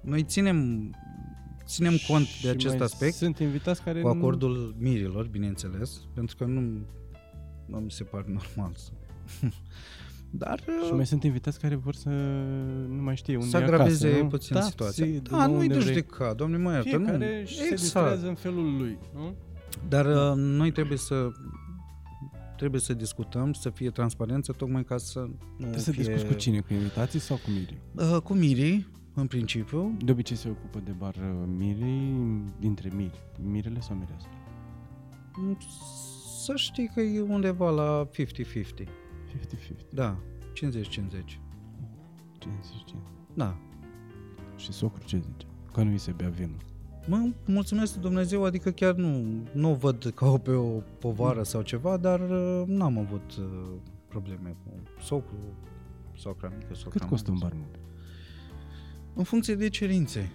[SPEAKER 2] Noi ținem, ținem cont
[SPEAKER 1] Și
[SPEAKER 2] de acest
[SPEAKER 1] mai
[SPEAKER 2] aspect
[SPEAKER 1] Sunt invitați care
[SPEAKER 2] cu
[SPEAKER 1] nu-
[SPEAKER 2] acordul mirilor, bineînțeles, pentru că nu, nu mi se pare normal. să- Dar uh,
[SPEAKER 1] Și mai sunt invitați care vor să nu mai știe unde
[SPEAKER 2] să
[SPEAKER 1] e
[SPEAKER 2] agraveze
[SPEAKER 1] acasă, nu?
[SPEAKER 2] puțin
[SPEAKER 1] da,
[SPEAKER 2] situația.
[SPEAKER 1] zi,
[SPEAKER 2] da, nu-i
[SPEAKER 1] unde
[SPEAKER 2] de Exact.
[SPEAKER 1] vrei.
[SPEAKER 2] judecat, doamne mă iartă, nu.
[SPEAKER 1] Fiecare și se distrează Da. în felul lui, nu?
[SPEAKER 2] Dar uh, noi trebuie să trebuie să discutăm, să fie transparență, tocmai ca să nu
[SPEAKER 1] Trebuie
[SPEAKER 2] fie...
[SPEAKER 1] să discuți cu cine, cu invitații sau cu Miri?
[SPEAKER 2] Uh, cu Miri, în principiu.
[SPEAKER 1] De obicei se ocupă de bar uh, Miri, dintre Miri, Mirele sau Mireasa?
[SPEAKER 2] Să știi că e undeva la 50-50.
[SPEAKER 1] 50-50,
[SPEAKER 2] Da, 50-50.
[SPEAKER 1] 50-50.
[SPEAKER 2] Da,
[SPEAKER 1] Și socru ce zice? Că nu i se bea vinul.
[SPEAKER 2] Mă mulțumesc Dumnezeu, adică chiar nu, nu o văd ca o pe o povară
[SPEAKER 1] Mm.
[SPEAKER 2] sau ceva, dar uh, n-am avut uh, probleme cu socru, socra mică, socra
[SPEAKER 1] Cât
[SPEAKER 2] mare.
[SPEAKER 1] costă un bar mult?
[SPEAKER 2] În funcție de cerințe.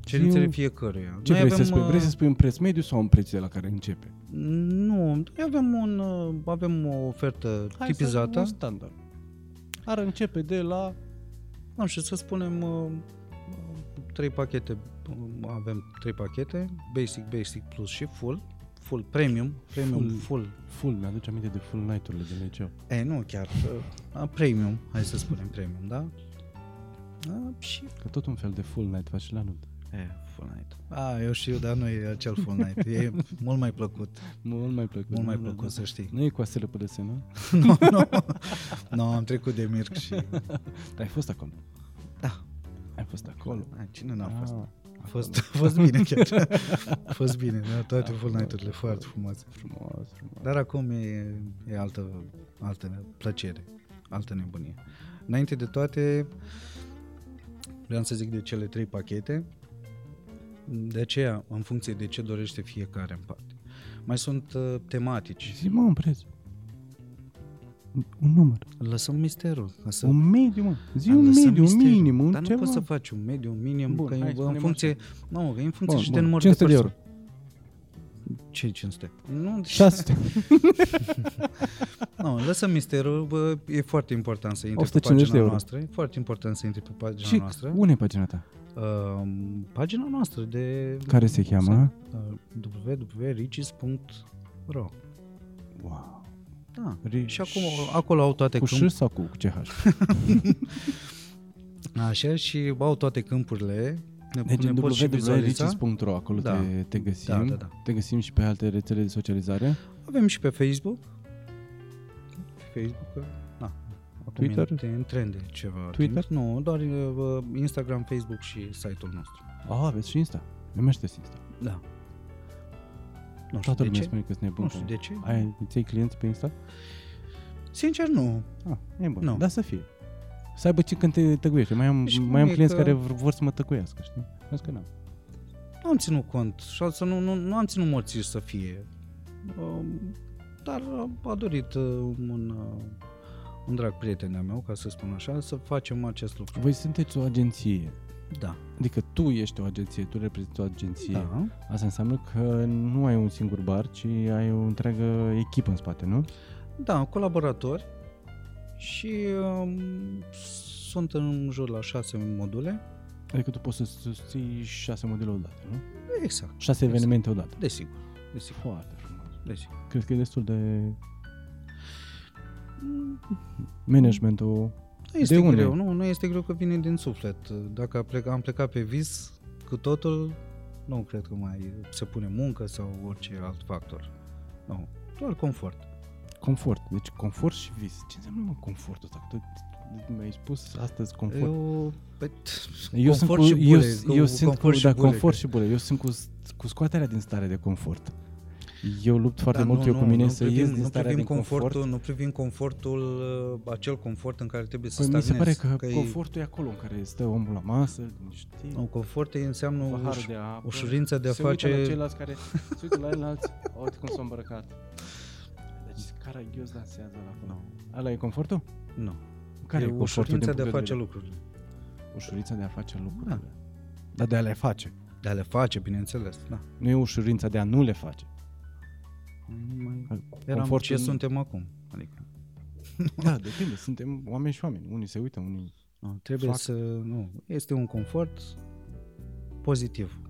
[SPEAKER 2] Cerințele
[SPEAKER 1] Eu-
[SPEAKER 2] fiecăruia.
[SPEAKER 1] Ce vrei să
[SPEAKER 2] avem,
[SPEAKER 1] spui?
[SPEAKER 2] uh,
[SPEAKER 1] Vrei să spui un preț mediu sau un preț de la care începe?
[SPEAKER 2] Nu, noi avem, un, uh, avem o ofertă tipizată.
[SPEAKER 1] Un standard. Ar începe de la...
[SPEAKER 2] Nu știu, să spunem uh, trei pachete, uh, avem trei pachete, basic, basic plus și full, full premium, premium
[SPEAKER 1] Full.
[SPEAKER 2] full, full
[SPEAKER 1] Full, mi-aduce aminte de full night-urile de liceu.
[SPEAKER 2] E, nu chiar. A, premium, hai să spunem premium, da? A, și...
[SPEAKER 1] Că tot un fel de full night faci și la nuntă.
[SPEAKER 2] E, full night. A, eu știu, dar nu e acel full night. E mult mai plăcut.
[SPEAKER 1] Mult mai plăcut.
[SPEAKER 2] Mult mai
[SPEAKER 1] da, da,
[SPEAKER 2] plăcut,
[SPEAKER 1] da.
[SPEAKER 2] să știi.
[SPEAKER 1] Nu e cu asele pe desenă?
[SPEAKER 2] nu, nu. nu, am trecut de Mirc și...
[SPEAKER 1] Dar ai fost acolo.
[SPEAKER 2] Da.
[SPEAKER 1] Ai fost acolo.
[SPEAKER 2] A, cine n-a fost?
[SPEAKER 1] Ah,
[SPEAKER 2] A fost, a fost bine chiar. A fost bine, da? Toate full night-urile foarte frumoase.
[SPEAKER 1] Frumos, frumos.
[SPEAKER 2] Dar acum e, e altă, altă plăcere, altă nebunie. Înainte de toate, vreau să zic de cele trei pachete, de aceea, în funcție de ce dorește fiecare în parte. Mai sunt uh, tematici.
[SPEAKER 1] Zi mă un preț. Un număr.
[SPEAKER 2] Lăsăm misterul. Ca să,
[SPEAKER 1] Un mediu, mă. Zi
[SPEAKER 2] da,
[SPEAKER 1] un
[SPEAKER 2] lăsăm
[SPEAKER 1] mediu, un
[SPEAKER 2] misterul.
[SPEAKER 1] minim, un
[SPEAKER 2] Dar nu
[SPEAKER 1] ceva.
[SPEAKER 2] poți să faci un mediu, un minim,
[SPEAKER 1] Bun,
[SPEAKER 2] că
[SPEAKER 1] hai,
[SPEAKER 2] e în
[SPEAKER 1] spunem
[SPEAKER 2] funcție,
[SPEAKER 1] așa.
[SPEAKER 2] nu, că e în funcție
[SPEAKER 1] Bun,
[SPEAKER 2] și de
[SPEAKER 1] bun.
[SPEAKER 2] număr
[SPEAKER 1] 500
[SPEAKER 2] de
[SPEAKER 1] de
[SPEAKER 2] persoane.
[SPEAKER 1] euro.
[SPEAKER 2] Ce 500? Nu,
[SPEAKER 1] 600.
[SPEAKER 2] Nu, lăsăm misterul, bă, e foarte important să intri pe
[SPEAKER 1] 150
[SPEAKER 2] pagina
[SPEAKER 1] de euro.
[SPEAKER 2] noastră, e foarte important să intri pe pagina
[SPEAKER 1] Și
[SPEAKER 2] noastră.
[SPEAKER 1] unde e pagina ta?
[SPEAKER 2] Um, pagina noastră de
[SPEAKER 1] Care se cheamă?
[SPEAKER 2] uh, www.ricis.ro
[SPEAKER 1] Wow.
[SPEAKER 2] Da.
[SPEAKER 1] Ri-
[SPEAKER 2] Și acum, acolo au toate
[SPEAKER 1] Cu ș
[SPEAKER 2] câmp-
[SPEAKER 1] sau cu CH?
[SPEAKER 2] Așa, și au toate câmpurile. Ne,
[SPEAKER 1] Deci
[SPEAKER 2] ne
[SPEAKER 1] în
[SPEAKER 2] pot și vizualiza.
[SPEAKER 1] www.ricis.ro acolo
[SPEAKER 2] Da.
[SPEAKER 1] te, te găsim.
[SPEAKER 2] Da, da, da.
[SPEAKER 1] Te găsim și pe alte rețele de socializare.
[SPEAKER 2] Avem și pe Facebook. Pe Facebook, că, na. Acum
[SPEAKER 1] Twitter?
[SPEAKER 2] e în- în trend de ceva.
[SPEAKER 1] Twitter?
[SPEAKER 2] Timp. Nu, doar uh, Instagram, Facebook și site-ul nostru.
[SPEAKER 1] Ah, aveți și Insta. Numește Insta.
[SPEAKER 2] Da. Nu știu
[SPEAKER 1] Toată
[SPEAKER 2] de
[SPEAKER 1] lumea
[SPEAKER 2] ce.
[SPEAKER 1] spune că sunt nebun.
[SPEAKER 2] Nu
[SPEAKER 1] pe
[SPEAKER 2] știu de ce.
[SPEAKER 1] Ai, îți iei clienți pe Insta?
[SPEAKER 2] Sincer, nu.
[SPEAKER 1] Ah, e bun.
[SPEAKER 2] Nu.
[SPEAKER 1] Dar să fie. Să aibă ce când te tăguiește. Mai am,
[SPEAKER 2] Și cum
[SPEAKER 1] mai am
[SPEAKER 2] e
[SPEAKER 1] clienți
[SPEAKER 2] că-
[SPEAKER 1] care v- vor să mă tăguiască, știi? Vezi că n-am.
[SPEAKER 2] Nu am ținut cont și să nu, nu, nu am ținut morții să fie. Um, Dar uh, a dorit uh, un, uh, un drag prieten al meu, ca să spun așa, să facem acest lucru.
[SPEAKER 1] Voi sunteți o agenție.
[SPEAKER 2] Da.
[SPEAKER 1] Adică tu ești o agenție, tu reprezinți o agenție.
[SPEAKER 2] da.
[SPEAKER 1] Asta înseamnă că nu ai un singur bar, ci ai o întreagă echipă în spate, nu?
[SPEAKER 2] Da, colaboratori și um, sunt în jur la șase module.
[SPEAKER 1] Adică tu poți să susții șase modele odată, nu?
[SPEAKER 2] Exact.
[SPEAKER 1] Șase
[SPEAKER 2] Exact.
[SPEAKER 1] evenimente odată.
[SPEAKER 2] Desigur. Desigur.
[SPEAKER 1] Foarte frumos.
[SPEAKER 2] Desigur.
[SPEAKER 1] Cred că e destul de managementul.
[SPEAKER 2] Nu este
[SPEAKER 1] De unde?
[SPEAKER 2] greu, nu, nu este greu că vine din suflet. Dacă a plec, am plecat pe vis cu totul, nu cred că mai se pune muncă sau orice alt factor. Nu, doar confort.
[SPEAKER 1] Confort. Deci confort și vis. Ce înseamnă mă confortul ăsta? Tu mi-ai spus astăzi confort.
[SPEAKER 2] Eu, pe,
[SPEAKER 1] Eu sunt
[SPEAKER 2] confort
[SPEAKER 1] cu,
[SPEAKER 2] și bule,
[SPEAKER 1] eu,
[SPEAKER 2] cu-
[SPEAKER 1] eu sunt
[SPEAKER 2] confort
[SPEAKER 1] cu,
[SPEAKER 2] și
[SPEAKER 1] da,
[SPEAKER 2] bule,
[SPEAKER 1] confort
[SPEAKER 2] că-
[SPEAKER 1] și bule. Eu sunt cu, cu scoaterea din stare de confort. Eu lupt foarte
[SPEAKER 2] Dar
[SPEAKER 1] mult
[SPEAKER 2] nu,
[SPEAKER 1] eu
[SPEAKER 2] nu,
[SPEAKER 1] cu mine
[SPEAKER 2] nu
[SPEAKER 1] să
[SPEAKER 2] privim-
[SPEAKER 1] ies din
[SPEAKER 2] nu
[SPEAKER 1] starea de
[SPEAKER 2] privim
[SPEAKER 1] confort.
[SPEAKER 2] confortul, Nu privim confortul, uh, acel confort în care trebuie să
[SPEAKER 1] Păi mi se pare
[SPEAKER 2] stagnezi.
[SPEAKER 1] că,
[SPEAKER 2] e-
[SPEAKER 1] confortul e acolo în care stă omul la masă, liniștit,
[SPEAKER 2] Nu, confort e- înseamnă
[SPEAKER 1] un
[SPEAKER 2] uș,
[SPEAKER 1] pahar de apă,
[SPEAKER 2] ușurința de a
[SPEAKER 1] se uită la
[SPEAKER 2] face...
[SPEAKER 1] ceilalți care se uită la el alți, uite cum s-a îmbrăcat. Deci caragios dansează la acolo.
[SPEAKER 2] Nu,
[SPEAKER 1] Ala e confortul?
[SPEAKER 2] nu.
[SPEAKER 1] Care e,
[SPEAKER 2] e
[SPEAKER 1] confortul din punct
[SPEAKER 2] ușurința de a Da.
[SPEAKER 1] vedere?
[SPEAKER 2] face lucrurile.
[SPEAKER 1] Ușurința de a face lucrurile. Dar de a le face.
[SPEAKER 2] Dar le face, bineînțeles, da.
[SPEAKER 1] Nu e ușurința de a nu le face.
[SPEAKER 2] Nu mai eram
[SPEAKER 1] Confortul-
[SPEAKER 2] ce suntem acum. Adică
[SPEAKER 1] Da, depinde. Suntem oameni și oameni. Unii se uită, unii...
[SPEAKER 2] nu, trebuie
[SPEAKER 1] Fac.
[SPEAKER 2] să... Nu, este un confort pozitiv.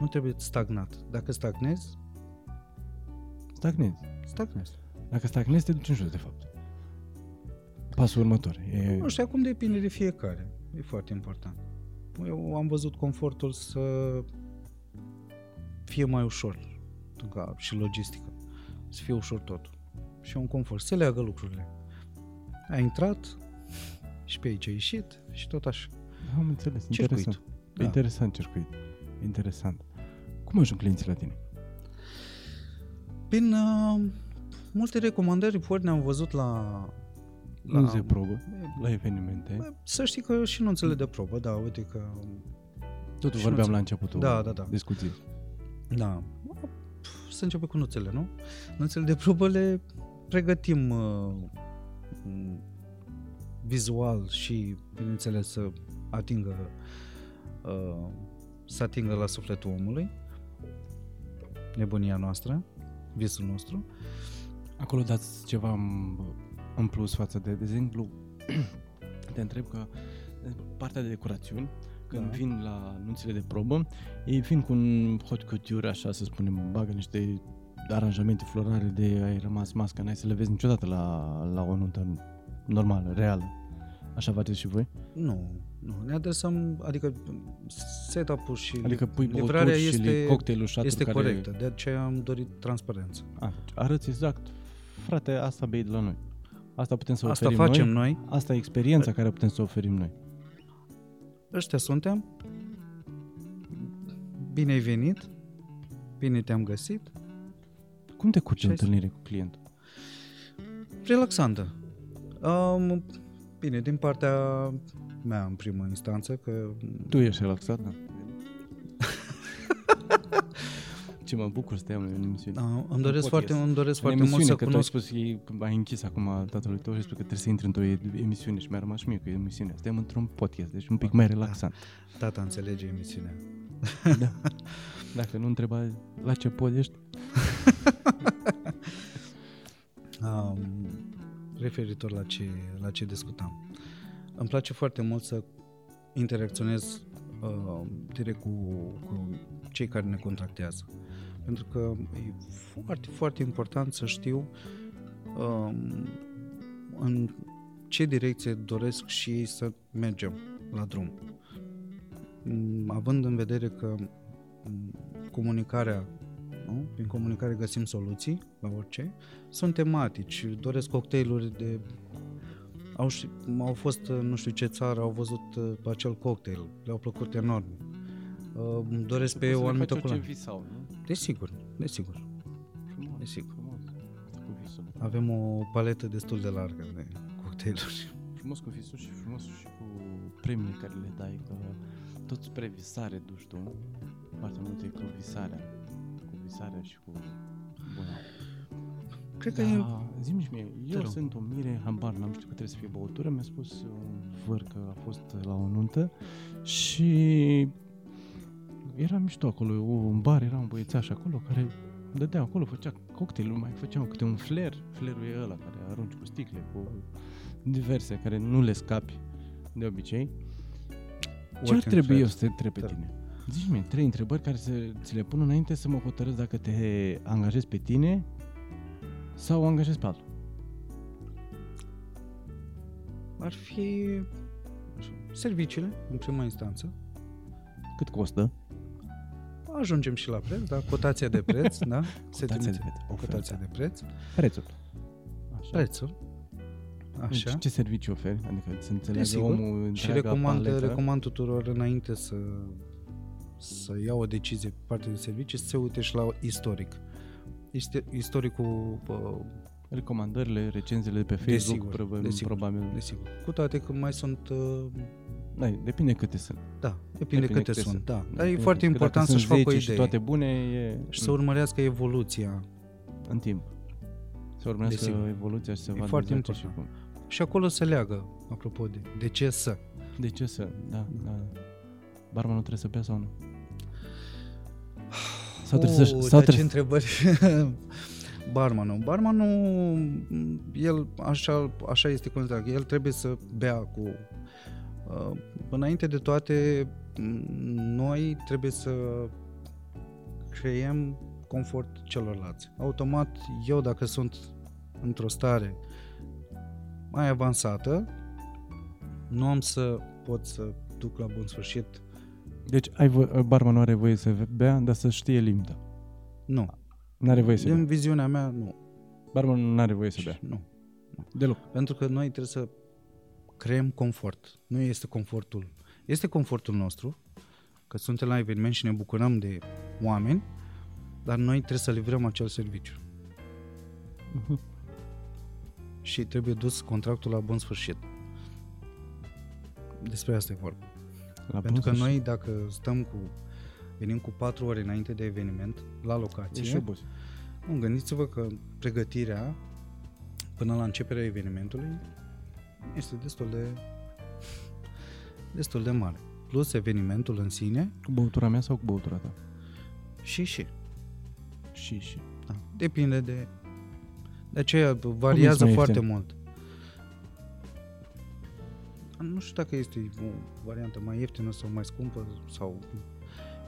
[SPEAKER 2] Nu trebuie stagnat. Dacă stagnezi,
[SPEAKER 1] Stagnezi.
[SPEAKER 2] stagnezi.
[SPEAKER 1] Dacă stagnezi, te duci în jos, de fapt. Pasul următor. E...
[SPEAKER 2] Nu știu, acum depinde de fiecare. E foarte important. Eu am văzut confortul să fie mai ușor ca și logistică. Să fie ușor totul. Și e un confort. Se leagă lucrurile. Ai intrat și pe aici ai ieșit și tot așa.
[SPEAKER 1] Am înțeles.
[SPEAKER 2] Circuit.
[SPEAKER 1] Interesant.
[SPEAKER 2] Da.
[SPEAKER 1] Interesant circuit. Interesant. Cum ajung clienții la tine?
[SPEAKER 2] Prin uh, multe recomandări, ori ne-am văzut la...
[SPEAKER 1] La... Muze probă, la evenimente.
[SPEAKER 2] Bă, Să știi că și nu înțeleg de probă, da, uite că
[SPEAKER 1] Totul
[SPEAKER 2] și
[SPEAKER 1] vorbeam
[SPEAKER 2] nu-
[SPEAKER 1] la începutul
[SPEAKER 2] Da, da, da.
[SPEAKER 1] discuției.
[SPEAKER 2] Da. Pf, Să începe cu nuțele, nu? Nuțele de probă le pregătim uh, m, vizual și, bineînțeles, să atingă uh, să atingă la sufletul omului nebunia noastră, visul nostru.
[SPEAKER 1] Acolo dați ceva în, în plus față de, de exemplu, te întreb că de exemplu, partea de decorațiuni, când da.
[SPEAKER 2] Da.
[SPEAKER 1] vin la nunțile de probă, ei vin cu un hot couture, așa să spunem, bagă niște aranjamente florale de ai rămas masca, n-ai să le vezi niciodată la, la o nuntă normală, reală. Așa faceți și voi?
[SPEAKER 2] Nu, nu, ne adresăm, adică setup-ul și
[SPEAKER 1] Adică pui
[SPEAKER 2] livrarea
[SPEAKER 1] băuturi
[SPEAKER 2] este,
[SPEAKER 1] și cocktailul șaturi
[SPEAKER 2] este
[SPEAKER 1] care...
[SPEAKER 2] corectă, de aceea am dorit transparență.
[SPEAKER 1] A, arăți exact, frate, asta bei de la noi. Asta putem să
[SPEAKER 2] Asta
[SPEAKER 1] oferim
[SPEAKER 2] facem
[SPEAKER 1] noi.
[SPEAKER 2] noi,
[SPEAKER 1] Asta e experiența care putem să o oferim noi.
[SPEAKER 2] Ăștia suntem. Bine ai venit. Bine te-am găsit.
[SPEAKER 1] Cum te curge
[SPEAKER 2] Ce ai zis?
[SPEAKER 1] întâlnire cu clientul?
[SPEAKER 2] Relaxantă. Um, bine, din partea mea în primă instanță, că
[SPEAKER 1] Tu ești relaxat, da? Ce mă bucur să te am în emisiune.
[SPEAKER 2] uh, îmi doresc
[SPEAKER 1] În
[SPEAKER 2] foarte,
[SPEAKER 1] podcast.
[SPEAKER 2] îmi doresc
[SPEAKER 1] în
[SPEAKER 2] foarte mult
[SPEAKER 1] emisiune, că
[SPEAKER 2] să
[SPEAKER 1] tu ai
[SPEAKER 2] cunosc.
[SPEAKER 1] spus că e- că ai închis acum tatălui tău și ai spus că trebuie să intri într-o e- emisiune și mi-a rămas și mie că e emisiune. Suntem într-un podcast, deci un pic mai relaxant.
[SPEAKER 2] Tata înțelege emisiunea.
[SPEAKER 1] Da. Dacă nu întreba la ce pod ești,
[SPEAKER 2] Um, referitor la ce, la ce discutam. Îmi place foarte mult să interacționez uh, direct cu, cu cei care ne contactează. Pentru că e foarte, foarte important să știu um, în ce direcție doresc și ei să mergem la drum. Mm, Având în vedere că mm, comunicarea, nu? prin comunicare găsim soluții la orice, sunt tematici, doresc cocktailuri de... Au, și- au fost în nu știu ce țară, au văzut uh, acel cocktail, le-au plăcut enorm. Uh, îmi doresc pe o anumită culoare.
[SPEAKER 1] visau, nu?
[SPEAKER 2] Desigur, desigur.
[SPEAKER 1] Frumos,
[SPEAKER 2] Desigur.
[SPEAKER 1] frumos. Cu visul.
[SPEAKER 2] Avem o paletă destul de largă de cocktailuri.
[SPEAKER 1] Frumos cu visul și frumos și cu premiile care le dai, că tot spre visare duci tu. Foarte mult e cu visarea. Cu visarea și cu bună.
[SPEAKER 2] Cred că e...
[SPEAKER 1] Da, zi-mi și mie, eu
[SPEAKER 2] rog.
[SPEAKER 1] sunt o mire, habar n-am știut că trebuie să fie băutură, mi-a spus un văr că a fost la o nuntă și era mișto acolo, un bar, era un băiețaș acolo care dădea acolo, făcea cocktail mai făceau câte un flair, flairul e ăla care arunci cu sticle, cu diverse, care nu le scapi de obicei. Ce ar
[SPEAKER 2] Working
[SPEAKER 1] trebui
[SPEAKER 2] flat.
[SPEAKER 1] eu să te întreb pe
[SPEAKER 2] Da.
[SPEAKER 1] tine? Zici mi trei întrebări care să ți le pun înainte să mă hotărăsc dacă te angajez pe tine sau o angajez pe altul.
[SPEAKER 2] Ar fi serviciile, în prima instanță.
[SPEAKER 1] Cât costă?
[SPEAKER 2] Ajungem și la preț, da? Cotația de preț, da?
[SPEAKER 1] Cotația
[SPEAKER 2] Se trimite.
[SPEAKER 1] de preț,
[SPEAKER 2] O
[SPEAKER 1] oferta.
[SPEAKER 2] cotație de preț.
[SPEAKER 1] Prețul. Așa.
[SPEAKER 2] Prețul. Așa.
[SPEAKER 1] Deci, ce servicii oferi? Adică să înțeleagă
[SPEAKER 2] Desigur.
[SPEAKER 1] omul
[SPEAKER 2] Și
[SPEAKER 1] întreaga
[SPEAKER 2] recomand,
[SPEAKER 1] paletă.
[SPEAKER 2] recomand tuturor înainte să, să ia o decizie pe partea de servicii, să se uite și la istoric. Este istoricul uh,
[SPEAKER 1] Recomandările, recenziile de pe Facebook,
[SPEAKER 2] Desigur,
[SPEAKER 1] probabil.
[SPEAKER 2] desigur.
[SPEAKER 1] probabil.
[SPEAKER 2] Desigur. Cu toate că mai sunt... uh,
[SPEAKER 1] Da, depinde câte sunt.
[SPEAKER 2] Da,
[SPEAKER 1] Depinde
[SPEAKER 2] depinde, câte
[SPEAKER 1] câte
[SPEAKER 2] sunt.
[SPEAKER 1] sunt.
[SPEAKER 2] Da. Dar e
[SPEAKER 1] Depinde.
[SPEAKER 2] foarte
[SPEAKER 1] Că
[SPEAKER 2] important
[SPEAKER 1] dacă
[SPEAKER 2] să-și
[SPEAKER 1] sunt
[SPEAKER 2] facă o
[SPEAKER 1] 10
[SPEAKER 2] idee.
[SPEAKER 1] și toate bune e
[SPEAKER 2] Și să urmărească evoluția.
[SPEAKER 1] în timp. Să urmărească
[SPEAKER 2] Desigur.
[SPEAKER 1] evoluția și să
[SPEAKER 2] E
[SPEAKER 1] vadă
[SPEAKER 2] foarte
[SPEAKER 1] exact ce
[SPEAKER 2] important.
[SPEAKER 1] și cum.
[SPEAKER 2] Și acolo se leagă, apropo de de ce să.
[SPEAKER 1] De ce să... Da, da. barmanul trebuie să bea sau nu? Sau
[SPEAKER 2] Sau
[SPEAKER 1] trebuie să... Sau
[SPEAKER 2] ce
[SPEAKER 1] trebuie,
[SPEAKER 2] întrebări. Barmanul. Barmanul, el așa, așa este considerat, că el trebuie să bea cu... Uh, Înainte de toate, m, noi trebuie să creiem confort celorlalți. Automat, eu dacă sunt într-o stare mai avansată, nu am să pot să duc la bun sfârșit.
[SPEAKER 1] deci ai vo- barmanul are voie să bea, dar să știe limita.
[SPEAKER 2] Nu.
[SPEAKER 1] N-are voie să bea.
[SPEAKER 2] Din viziunea mea, nu.
[SPEAKER 1] Barmanul n-are voie să bea.
[SPEAKER 2] Nu.
[SPEAKER 1] Deloc.
[SPEAKER 2] Pentru că noi trebuie să creăm confort. Nu este confortul. Este confortul nostru, că suntem la eveniment și ne bucurăm de oameni, dar noi trebuie să livrăm acel serviciu.
[SPEAKER 1] Mhm.
[SPEAKER 2] Și trebuie dus contractul la bun sfârșit. Despre asta e vorba.
[SPEAKER 1] La
[SPEAKER 2] Pentru că
[SPEAKER 1] bun sfârșit.
[SPEAKER 2] noi dacă stăm cu venim cu 4 ore înainte de eveniment la locație,
[SPEAKER 1] Ești obosit.
[SPEAKER 2] nu, gândiți-vă că pregătirea până la începerea evenimentului este destul de destul de mare. Plus evenimentul în sine
[SPEAKER 1] Cu băutura mea sau cu băutura ta?
[SPEAKER 2] și și.
[SPEAKER 1] Și, și.
[SPEAKER 2] Da. Depinde de... De aceea variază
[SPEAKER 1] mai
[SPEAKER 2] foarte
[SPEAKER 1] ieftin?
[SPEAKER 2] mult. Nu știu dacă este o variantă mai ieftină sau mai scumpă sau...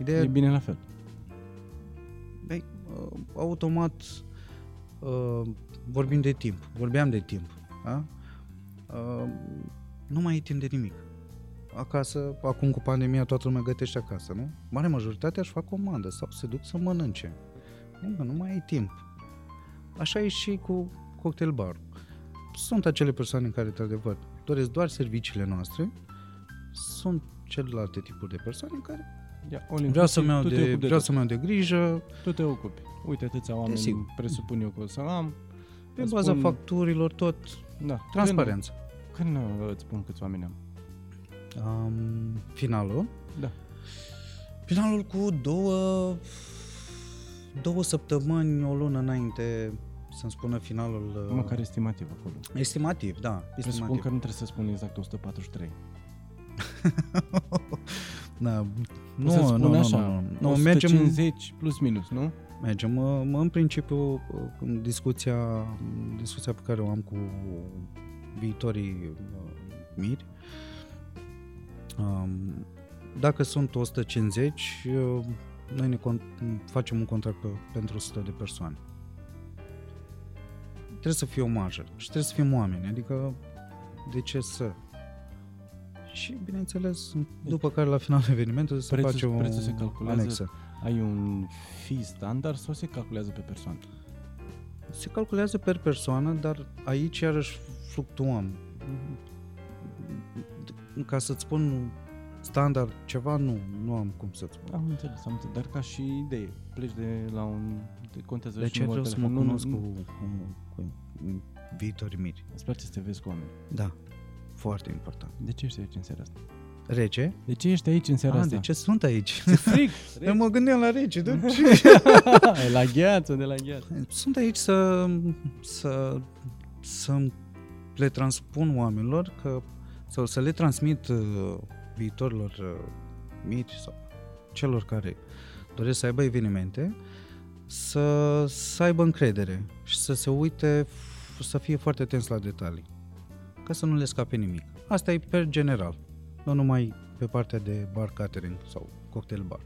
[SPEAKER 2] Ideea
[SPEAKER 1] E bine la fel.
[SPEAKER 2] Băi, uh, automat uh, vorbim de timp, vorbeam de timp, da? Uh, Nu mai e timp de nimic. Acasă, acum cu pandemia, toată lumea gătește acasă, nu? Mare majoritatea își fac comandă sau se duc să mănânce. Nu, mă, nu mai e timp. Așa e și cu cocktail bar. Sunt acele persoane care, într-adevăr, doresc doar serviciile noastre, sunt celelalte tipuri de persoane care
[SPEAKER 1] Ia, Olin,
[SPEAKER 2] vreau
[SPEAKER 1] tu
[SPEAKER 2] să-mi
[SPEAKER 1] te-
[SPEAKER 2] iau
[SPEAKER 1] tu te
[SPEAKER 2] de,
[SPEAKER 1] ocupi
[SPEAKER 2] vreau
[SPEAKER 1] tot.
[SPEAKER 2] să-mi iau de grijă,
[SPEAKER 1] Tu te ocupi. Uite atâția oameni
[SPEAKER 2] Desigur.
[SPEAKER 1] presupun eu că o să am.
[SPEAKER 2] Pe
[SPEAKER 1] Îți
[SPEAKER 2] baza
[SPEAKER 1] spun-
[SPEAKER 2] facturilor, tot.
[SPEAKER 1] Da.
[SPEAKER 2] Transparență.
[SPEAKER 1] Când, când uh, îți spun câți oameni am?
[SPEAKER 2] Um, finalul.
[SPEAKER 1] Da.
[SPEAKER 2] Finalul cu două, două săptămâni, o lună înainte să-mi spună finalul uh,
[SPEAKER 1] Măcar estimativ acolo.
[SPEAKER 2] estimativ, da,
[SPEAKER 1] Presupun
[SPEAKER 2] estimativ.
[SPEAKER 1] că nu trebuie să spun exact 143.
[SPEAKER 2] da.
[SPEAKER 1] Poți să
[SPEAKER 2] Nu, nu,
[SPEAKER 1] spun
[SPEAKER 2] nu,
[SPEAKER 1] așa,
[SPEAKER 2] nu, nu, nu, mergem,
[SPEAKER 1] 150 plus minus, nu?
[SPEAKER 2] mergem uh, în principiu uh, în discuția, discuția pe care o am cu viitorii uh, miri Um, Dacă sunt 150, eu- uh, noi ne con- facem un contract pe- pentru 100 de persoane. Trebuie să fie o marjă și trebuie să fim oameni, adică de ce să? Și, bineînțeles, după care la finalul evenimentului se
[SPEAKER 1] Deci Prețul-
[SPEAKER 2] face o
[SPEAKER 1] prețul se calculează-
[SPEAKER 2] anexă.
[SPEAKER 1] Ai un fi standard sau se calculează pe persoană?
[SPEAKER 2] Se calculează per persoană, dar aici iarăși fluctuăm. Ca să-ți spun standard ceva, nu, nu am cum să-ți spun.
[SPEAKER 1] Am înțeles, am înțeles, dar ca și idee, pleci de la un... Te contează
[SPEAKER 2] De
[SPEAKER 1] și
[SPEAKER 2] ce
[SPEAKER 1] numărul
[SPEAKER 2] vreau să mă
[SPEAKER 1] telefon. Nu, nu,
[SPEAKER 2] cunosc
[SPEAKER 1] nu.
[SPEAKER 2] cu, cu, cu viitorii miri?
[SPEAKER 1] Îți place să te vezi cu oameni.
[SPEAKER 2] Da, foarte important.
[SPEAKER 1] De ce ești aici în seara asta?
[SPEAKER 2] Rece?
[SPEAKER 1] De ce ești aici în seara
[SPEAKER 2] Ah,
[SPEAKER 1] asta?
[SPEAKER 2] de ce sunt aici?
[SPEAKER 1] Frig!
[SPEAKER 2] Eu mă gândeam la rece, de ce?
[SPEAKER 1] E la gheață, de la gheață.
[SPEAKER 2] Sunt aici să, să, să le transpun oamenilor că, sau să le transmit uh, viitorilor uh, mici sau celor care doresc să aibă evenimente să, să aibă încredere și să se uite, f- să fie foarte atenți la detalii, ca să nu le scape nimic. Asta e per general, nu numai pe partea de bar catering sau cocktail bar.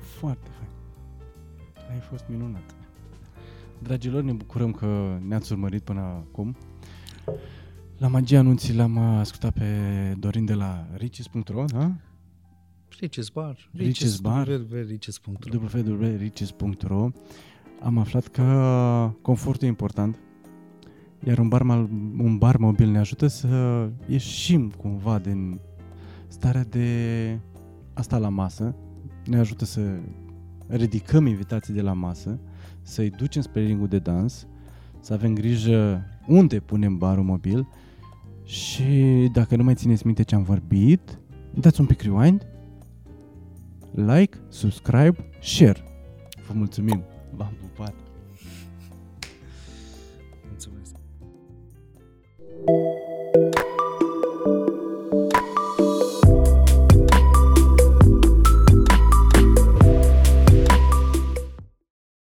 [SPEAKER 1] Foarte fain. Ai fost minunat. Dragilor, ne bucurăm că ne-ați urmărit până acum. La magia anunții l-am uh, ascultat pe Dorin de la ricis.ro, da?
[SPEAKER 2] Riches Bar.
[SPEAKER 1] Riches Bar.
[SPEAKER 2] www.riches.ro.
[SPEAKER 1] www.ricis.ro Am aflat că confortul e important, iar un bar, mal- un bar mobil ne ajută să ieșim cumva din starea de asta la masă, ne ajută să ridicăm invitații de la masă, să-i ducem spre ringul de dans, să avem grijă unde punem barul mobil și dacă nu mai țineți minte ce am vorbit, dați un pic rewind, like, subscribe, share. Vă mulțumim! V-am pupat!
[SPEAKER 2] Mulțumesc.